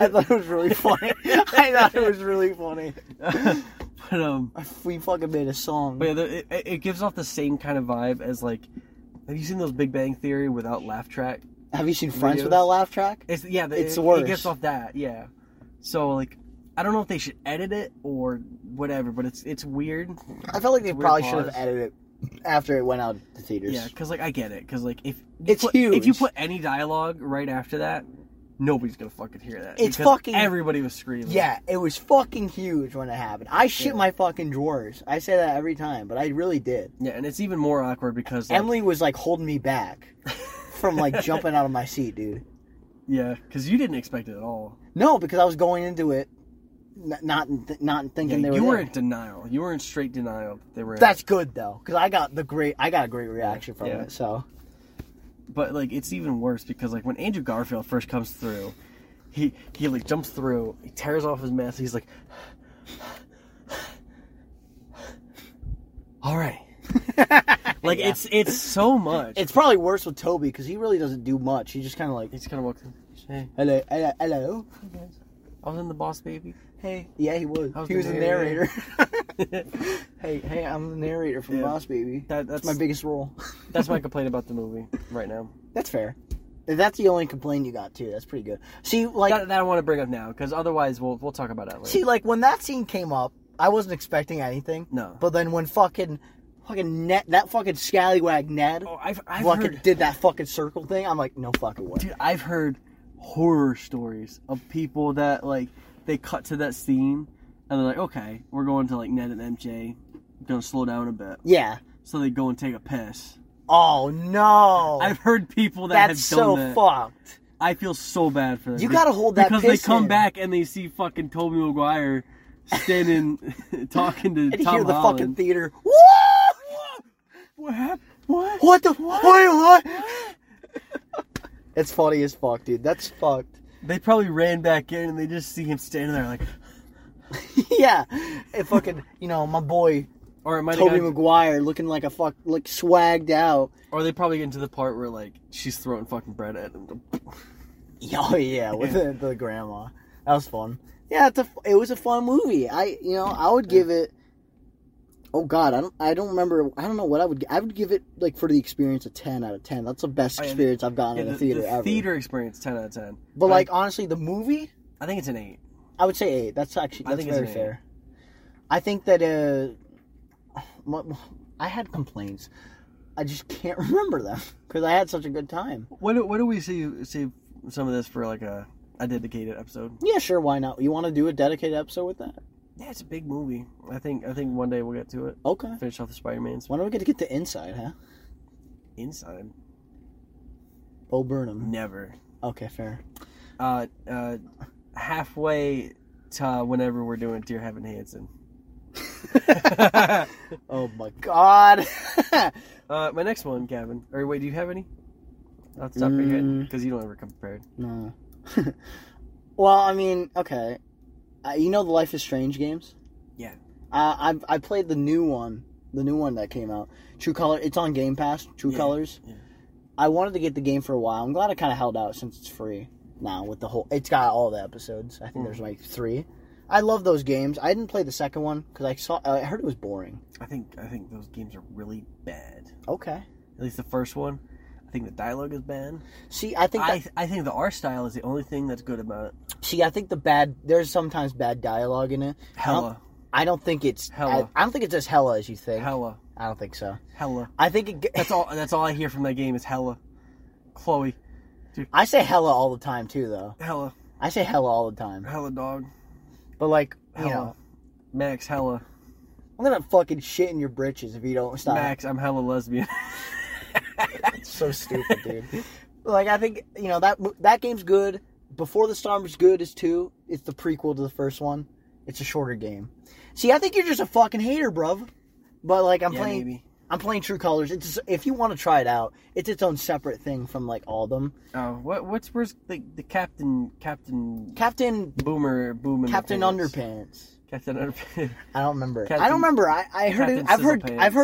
I thought it was really funny. I thought it was really funny. but um. We fucking made a song. But yeah, the, it, it gives off the same kind of vibe as like. Have you seen those Big Bang Theory without laugh track? Have you seen Friends videos. without laugh track? It's yeah. The, It's it, worse. It gives off that yeah. So like, I don't know if they should edit it or whatever, but it's it's weird. I felt like they It's weird probably should have pause. edited it after it went out to theaters. Yeah, because like I get it, because like if you It's put, if you huge. put any dialogue right after that, nobody's gonna fucking hear that. It's because fucking- everybody was screaming. Yeah, it was fucking huge when it happened. I shit Yeah. my fucking drawers. I say that every time, but I really did. yeah, and it's even more awkward because like, Emily was like holding me back from like jumping out of my seat, dude. Yeah, because you didn't expect it at all. No, because I was going into it n- not in th- not Yeah, thinking they were. you were there. in denial. You were in straight denial that they were. in. That's good though, because I got the great. I got a great reaction from Yeah. it. So But like, it's even worse because like when Andrew Garfield first comes through, he he like jumps through, he tears off his mask. He's like, all right. Like Yeah. it's it's so much. it's probably worse with Toby because he really doesn't do much. He just kind of like He's kind of walking. Hey, hello, hello, hello. I was in the boss baby. Hey, yeah, he was. I was he the was the narrator. narrator. hey, hey, I'm the narrator from Yeah. Boss Baby. That, That's that's my biggest role. That's my complaint about the movie right now. That's fair. If that's the only complaint you got too, that's pretty good. See, like, That, that I want to bring up now because otherwise we'll we'll talk about that later. see, like when that scene came up, I wasn't expecting anything. No. But then when fucking, fucking Ned, that fucking scallywag Ned, oh, I've I've fucking heard, did that fucking circle thing, I'm like, no fucking way. dude, I've heard horror stories of people that like they cut to that scene and they're like, okay, we're going to like Ned and MJ, gonna slow down a bit, Yeah. so they go and take a piss. Oh no. I've heard people that that's have done so that. fucked. I feel so bad for them. You gotta hold that because piss they come in. back and they see fucking Toby Maguire standing talking to And you Tom hear the Holland. fucking theater. Whoa! what happened? What? What the? What? What? it's funny as fuck, dude. That's fucked. They probably ran back in and they just see him standing there like, yeah. It fucking, you know, my boy or it might have Toby gone- Maguire looking like a fuck, like swagged out. or they probably get into the part where like she's throwing fucking bread at him. Oh yeah, with The, the grandma. That was fun. Yeah, it's a, it was a fun movie. I, you know, I would give it. Oh God, I don't. I don't remember. I don't know what I would. gi- I would give it like for the experience a ten out of ten. That's the best Oh, yeah, the- experience I've gotten Yeah, in the, a theater the ever. theater experience, ten out of ten. but like honestly, the movie I think it's an eight. I would say eight. That's actually I that's think it's very an fair. I think that uh, m- m- I had complaints. I just can't remember them because I had such a good time. What do, what do we see save some of this for like a a dedicated episode? Yeah, sure. Why not? You want to do a dedicated episode with that? Yeah, it's a big movie. I think I think one day we'll get to it. Okay. Finish off the Spider Man's When are we going to get to inside, huh? inside. Bo Burnham. Never. Okay, fair. Uh, uh, halfway to whenever we're doing Dear Heaven Hansen. Oh my God. Uh, my next one, Gavin. Or wait, do you have any? Off the top of your head, because you don't ever come prepared. no. well, I mean, okay. Uh, you know the Life is Strange games. Yeah. Uh, I've I played the new one, the new one that came out, True Color. It's on Game Pass, True Yeah, Colors. yeah. I wanted to get the game for a while. I'm glad I kind of held out since it's free now with the whole. It's got all the episodes. I Mhm. think there's like three. I love those games. I didn't play the second one because I saw. I heard it was boring. I think I think those games are really bad. Okay. at least the first one. I think the dialogue is bad. See, I think that, I, I think the art style is the only thing that's good about it. see, I think the bad there's sometimes bad dialogue in it. Hella, I don't think it's I, Hella. I don't think it's as hella as you think. hella, I don't think so. hella. I think it, ge- That's all. That's all I hear from that game is hella, Chloe, I say hella all the time too, though. hella, I say hella all the time. hella dog, But like, you hella, know, Max, hella, I'm gonna fucking shit in your britches if you don't stop. Max. I'm hella lesbian. It's so stupid, dude. like, I think you know that mo- that game's good. Before the Storm is good is two. It's the prequel to the first one. It's a shorter game. See, I think you're just a fucking hater, bruv. But like, I'm yeah, playing. maybe. I'm playing True Colors. It's if you want to try it out, it's its own separate thing from like all of them. Oh, what? What's where's the the captain? Captain Captain Boomer, Boomer. Captain pants. Underpants. Captain Underpants. I don't remember. I Captain- don't remember. I, I heard. It, Captain I've heard. Sizzlepants. I've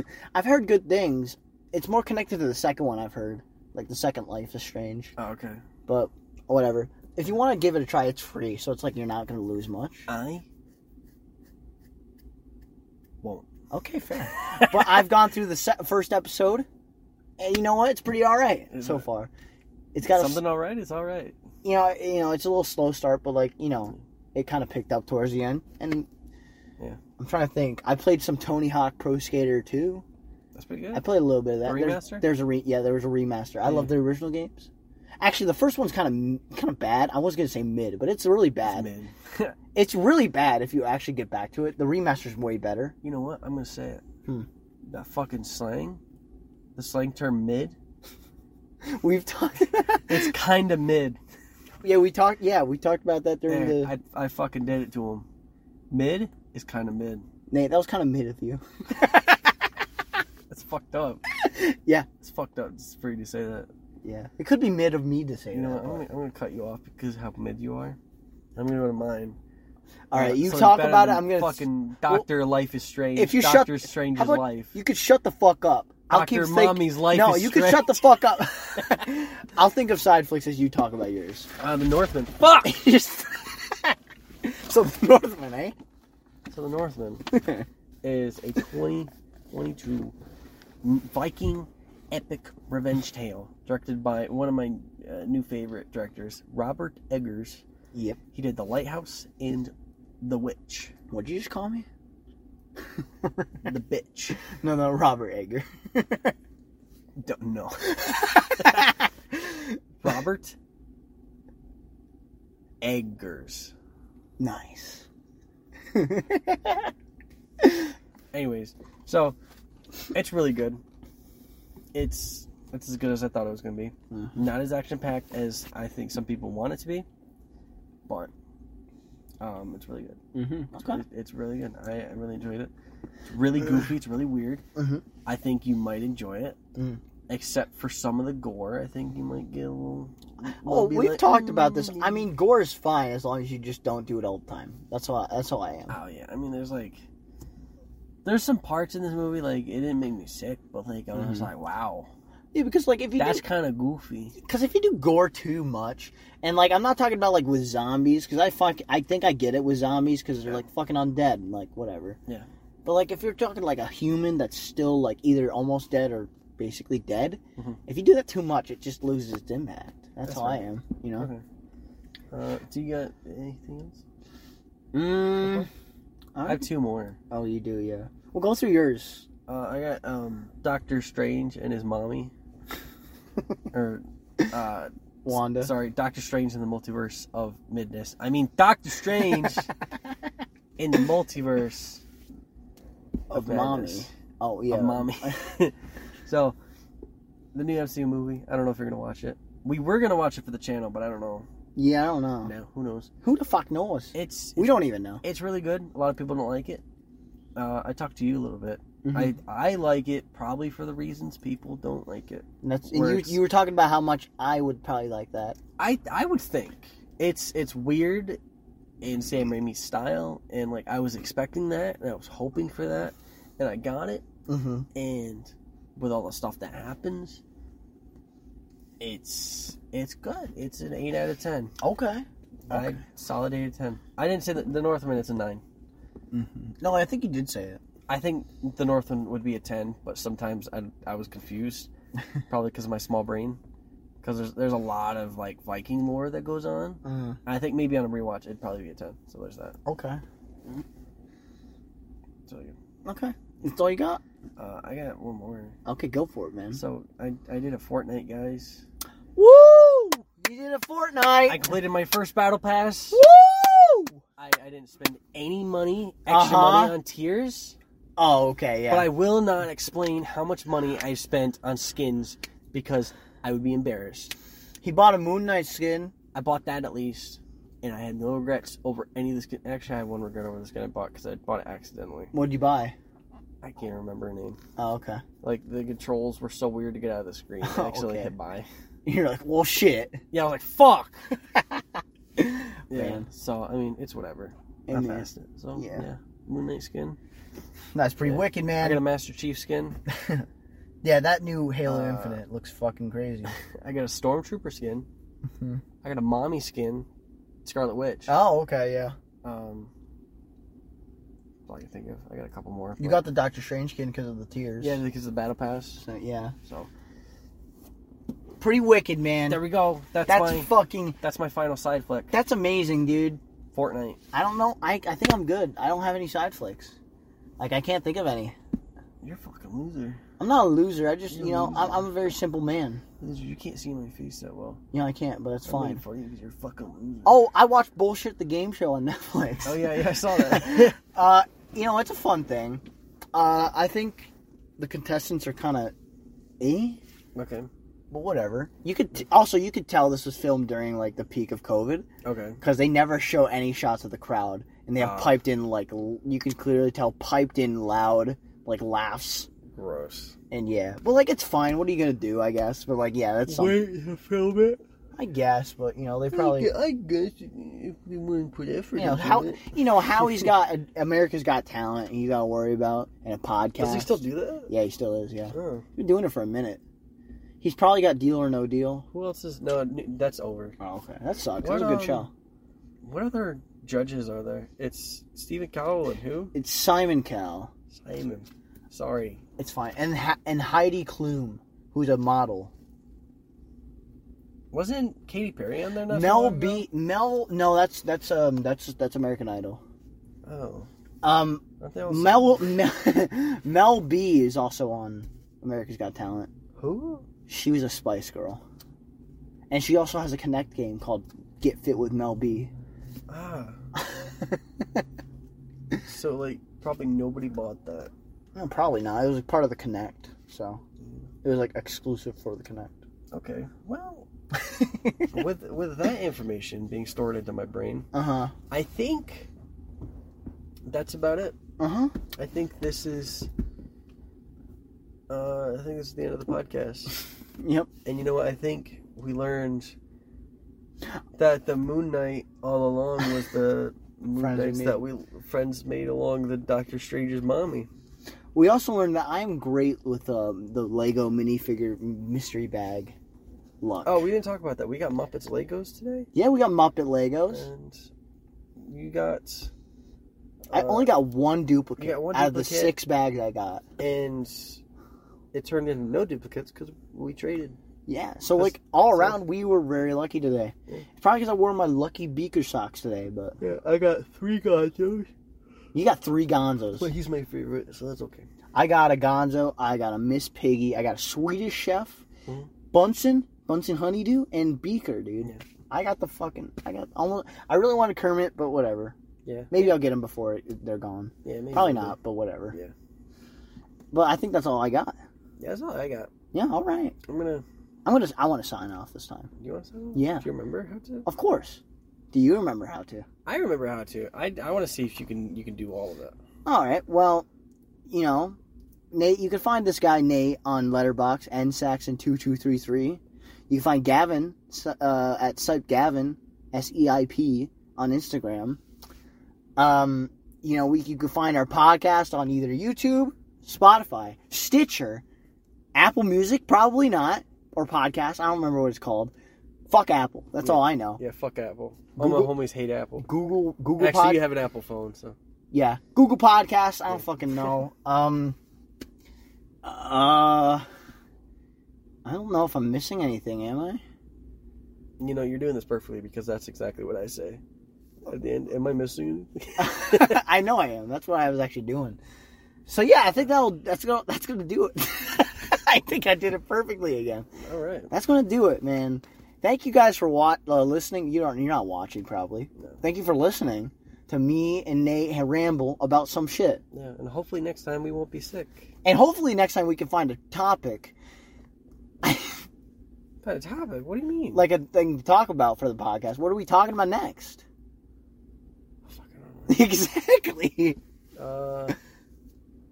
heard. I've heard good things. It's more connected to the second one I've heard, like the second Life is Strange. oh, okay. But whatever. If you want to give it a try, it's free, so it's like you're not going to lose much. I won't. Okay, fair. but I've gone through the se- first episode, and you know what? It's pretty all right Is so it? far. It's got a s- Something all right. It's all right. you know you know it's a little slow start, but like you know it kind of picked up towards the end. And Yeah. I'm trying to think. I played some Tony Hawk Pro Skater too. That's pretty I good. played a little bit of that. Mm-hmm. A There's- remaster? Mm. There's, a re- yeah, there was a remaster. I Yeah. love the original games. Actually, the first one's kind of kind of bad. I was gonna say mid, but it's really bad. It's, Man, really bad if you actually get back to it. The remaster's way better. you know what? I'm gonna say it. Hmm. That fucking slang, the slang term mid. We've talked. It's kind of mid. yeah, we talked. Yeah, we talked about that during There, the. I, I fucking did it to him. Mid is kind of mid. Nate, that was kind of mid of you. That's fucked up. Yeah. it's fucked up. It's free to say that. Yeah, it could be mid of me to say You know, that. what? I'm gonna, I'm gonna cut you off because of how mid you are. I'm gonna go to mine. Uh, All right, you So talk better about it. than I'm gonna fucking Doctor Life is Strange. if you shut- Doctor Strange's How about Life. You could shut the fuck up. I'll keep Dr. think- Mommy's Life No, is you could shut the fuck up. I'll think of side flicks as you talk about yours. Uh, the Northman. Fuck. Just- so Northman, eh? So the Northman is a 2022 Viking epic revenge tale directed by one of my uh, new favorite directors, Robert Eggers. Yep. He did The Lighthouse and The Witch. What'd you just call me? The Bitch. No, no, Robert Egger. Don't know. Robert Eggers. nice. Mm-hmm. Anyways, so it's really good. It's it's as good as I thought it was going to be. Mhm. Not as action packed as I think some people want it to be, but um, it's really good. Mm-hmm. It's, really- it's really good. I, I really enjoyed it. It's really goofy. It's really weird. Mhm. I think you might enjoy it, Mm. except for some of the gore. I think you might get a little. Oh, little bit we've like, talked about this. "Mm." I mean, gore is fine as long as you just don't do it all the time. That's all. That's all I am. Oh yeah, I mean, there's like, there's some parts in this movie like it didn't make me sick, but like I was Mhm. like, wow, Yeah, because like if you that's do, kind of goofy. because if you do gore too much, and like I'm not talking about like with zombies, because I fuck, I think I get it with zombies because they're Yeah. like fucking undead and like whatever. Yeah. But like if you're talking like a human that's still like either almost dead or basically dead, Mhm. if you do that too much, it just loses its impact. That's, That's how I right. am, you know. Okay. Uh, do you got anything else? Mm. Mm-hmm. I have two more. Oh, you do, yeah. Well, go through yours. Uh, I got um, Doctor Strange and his mommy, or uh, Wanda. s- sorry, Doctor Strange in the Multiverse of Midness. I mean Doctor Strange in the Multiverse Of Madness. Oh yeah. of mommy. so, the new MCU movie. I don't know if you're gonna watch it. We were gonna watch it for the channel, but I don't know Yeah, I don't know. now. Who knows? Who the fuck knows? It's We don't even know. it's really good. A lot of people don't like it. Uh, I talked to you a little bit. Mhm. I I like it probably for the reasons people don't like it. And that's, and you, words. you were talking about how much I would probably like that. I I would think it's it's weird in Sam Raimi's style, and like I was expecting that, and I was hoping for that, and I got it. Mm-hmm. And with all the stuff that happens, it's it's good. It's an eight out of ten. Okay. I solid eight out of ten. I didn't say that the Northman. It's a nine. No, I think you did say it. I think the Northman would be a ten, but sometimes I, I was confused, probably because of my small brain, because there's there's a lot of like Viking lore that goes on. Uh, I think maybe on a rewatch it'd probably be a ten. So there's that. okay. So yeah. Okay. That's all you got? uh, I got one more. Okay, go for it, man. So I I did a Fortnite, guys. Woo! You did a Fortnite. I completed my first battle pass. Woo! I, I didn't spend any money, extra Uh-huh. money on tiers, Oh, okay, yeah. but I will not explain how much money I spent on skins because I would be embarrassed. he bought a Moon Knight skin. I bought that at least, and I had no regrets over any of the skin. Actually, I had one regret over the skin I bought because I bought it accidentally. What did you buy? I can't remember her name. Oh, okay. Like the controls were so weird to get out of the screen. I actually Okay. hit buy. You're like, well, shit. Yeah, I was like, fuck. Yeah. Man. So I mean, it's whatever. I And, uh, passed it. So yeah. yeah. Moon Knight skin. That's pretty Yeah. wicked, I got a man. Master Chief skin. yeah, that new Halo Uh, Infinite looks fucking crazy. I got a Stormtrooper skin. Mhm. I got a mommy skin, Scarlet Witch. oh, okay, yeah. Um, that's all I can think of. I got a couple more. You but- got the Doctor Strange skin because of the tears. yeah, because of the battle pass. So, yeah. So Pretty wicked, man. there we go. That's, That's my fucking. that's my final side flick. That's amazing, dude. Fortnite. I don't know. I, I think I'm good. I don't have any side flicks. Like, I can't think of any. You're a fucking loser. I'm not a loser. I just, you You're a know, I'm, loser. I'm a very simple man. Loser, you can't see my face that well. You know, I can't, but it's I'm fine. waiting for you because you're a fucking loser. Oh, I watched Bullshit the Game Show on Netflix. Oh, yeah, yeah, I saw that. uh, you know, it's a fun thing. Uh, I think the contestants are kind of eh, Okay. but whatever. You could t- also you could tell this was filmed during like the peak of COVID Okay. because they never show any shots of the crowd, and they have Ah. piped in like l- you can clearly tell piped in loud like laughs. Gross. And yeah, but like it's fine. What are you gonna do? I guess, but like yeah, that's something. to film it. I guess, but you know they probably I guess if we wouldn't put effort you know how you know how he's got America's Got Talent. and You got to worry about and a podcast. Does he still do that? Yeah, he still is. Yeah, Oh. he's been doing it for a minute. He's probably got Deal or No Deal. Who else is no? n- That's over. Oh, okay, that sucks. What, That's a good um, show. What other judges are there? It's Stephen Cowell and who? It's Simon Cowell. Simon. Sorry. It's fine. And ha- and Heidi Klum, who's a model. Wasn't Katy Perry on there? Not so Mel long ago? B. Mel. No, that's that's um that's that's American Idol. Oh. Um, Aren't they all Mel Mel, Mel B is also on America's Got Talent. Who? She was a Spice Girl, and she also has a Connect game called Get Fit with Mel B. Ah. so like probably nobody bought that. No, probably not. It was part of the Connect, so it was like exclusive for the Connect. Okay. Well, with with that information being stored into my brain, uh huh. I think that's about it. Uh huh. I think this is. Uh, I think this is the end of the podcast. Yep. And you know what? I think we learned that the Moon Knight all along was the Moon Friends we Knights made. that we friends made along the Doctor Strange's mommy. We also learned that I'm great with um, the Lego minifigure mystery bag luck. Oh, we didn't talk about that. We got Muppets Legos today, yeah, we got Muppet Legos. and you got. I uh, only got one duplicate you got one out of the duplicate. six bags I got. uh, and it turned into no duplicates because we traded. Yeah, so That's- like all so- around, we were very lucky today. Yeah. It's probably because I wore my lucky beaker socks today, but Yeah, I got three Gonzos. you got three Gonzos. But he's my favorite, so that's okay. I got a Gonzo. I got a Miss Piggy. I got a Swedish Chef, Mhm. Bunsen, Bunsen Honeydew, and Beaker, dude. Yeah. I got the fucking. I got almost. I really wanted Kermit, but whatever. Yeah. Maybe I'll get them before it, they're gone. Yeah, maybe Probably not, but whatever. Yeah. But I think that's all I got. Yeah, that's all I got. Yeah. All right. I'm gonna. I'm gonna. I want to sign off this time. You want something? Yeah. Do you remember how to? Of course. Do you remember how to? I remember how to. I, I want to see if you can you can do all of that. All right. Well, you know, Nate. You can find this guy Nate on Letterbox and Saxon two two three three. You can find Gavin uh, at Sipe Gavin S E I P on Instagram. Um, you know, we you can find our podcast on either YouTube, Spotify, Stitcher, Apple Music, probably not, or podcast. I don't remember what it's called. Fuck Apple. That's all I know. Yeah, fuck Apple. All Google- my homies hate Apple. Google Google Actually, Pod- you have an Apple phone, so Yeah, Google Podcasts. I don't fucking know. Um, uh, I don't know if I'm missing anything. Am I? You know, you're doing this perfectly because that's exactly what I say. At the end, am I missing? anything? I know I am. That's what I was actually doing. So yeah, I think that'll that's gonna that's gonna do it. I think I did it perfectly again. All right. That's gonna do it, man. Thank you guys for wa- uh, listening. You don't you're not watching probably. No. Thank you for listening to me and Nate ramble about some shit. Yeah, and hopefully next time we won't be sick. And hopefully next time we can find a topic But a topic? What do you mean? like a thing to talk about for the podcast. What are we talking about next? I fucking don't know. exactly. Uh,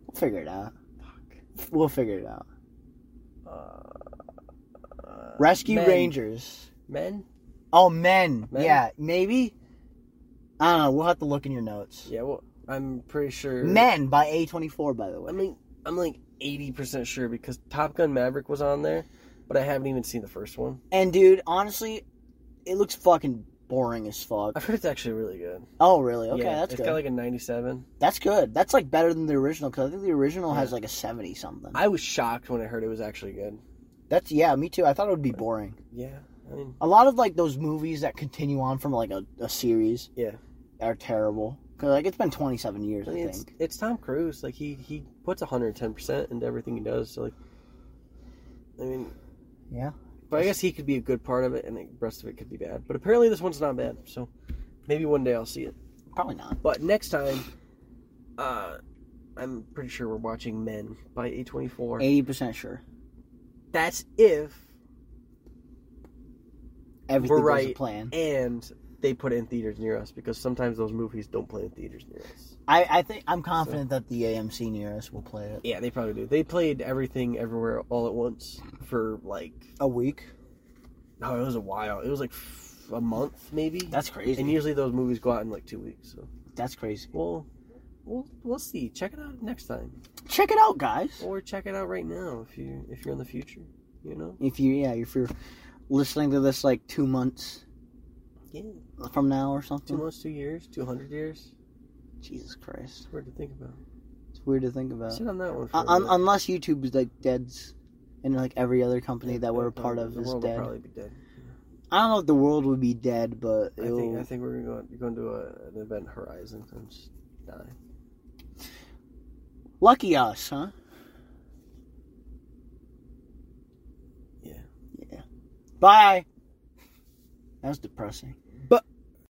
We'll figure it out. fuck. We'll figure it out. Uh, Rescue men. Rangers. Men? Oh, men. Men? Yeah, maybe. I don't know. We'll have to look in your notes. Yeah, well, I'm pretty sure. Men by A24, by the way. I mean, I'm like 80% sure because Top Gun Maverick was on there, but I haven't even seen the first one. And, dude, honestly, it looks fucking boring as fuck. I've heard it's actually really good. Oh, really? Okay, yeah, that's it's good. got like a 97. that's good. That's, like, better than the original, because I think the original has, Yeah. like, a 70 something. I was shocked when I heard it was actually good. That's, yeah, me too. I thought it would be boring. Yeah, I mean, A lot of, like, those movies that continue on from, like, a, a series Yeah. are terrible. Because, like, it's been 27 years, I I mean it's, think. it's Tom Cruise. Like he he puts 110% into everything he does. So like, I mean, Yeah. But I guess he could be a good part of it, and the rest of it could be bad. But apparently, this one's not bad, so maybe one day I'll see it. Probably not. But next time, uh, I'm pretty sure we're watching Men by A24. 80% sure. That's if Everything We're goes to right. plan. and they put it in theaters near us because sometimes those movies don't play in theaters near us. I, I think I'm confident that the AMC near us will play it. Yeah, they probably do. They played everything everywhere all at once for like A week. oh, it was a while. It was like f- a month maybe. That's crazy. and usually those movies go out in like two weeks. So That's crazy. we'll we'll we'll see. Check it out next time. Check it out, guys. or check it out right now if you if you're in the future you know If you yeah, if you're listening to this like two months yeah from now or two something. months two years 200 years Jesus Christ, it's hard to think about it's weird to think about. sit on that one for Un- a un- bit. unless YouTube's like dead's, and like every other company that we're a The- part of the is world will dead. probably be dead I don't know if the world would be dead, but i think i it'll- think we're gonna go, going to a, an event horizon and just die lucky us, huh? Yeah. Yeah. Bye. That was depressing.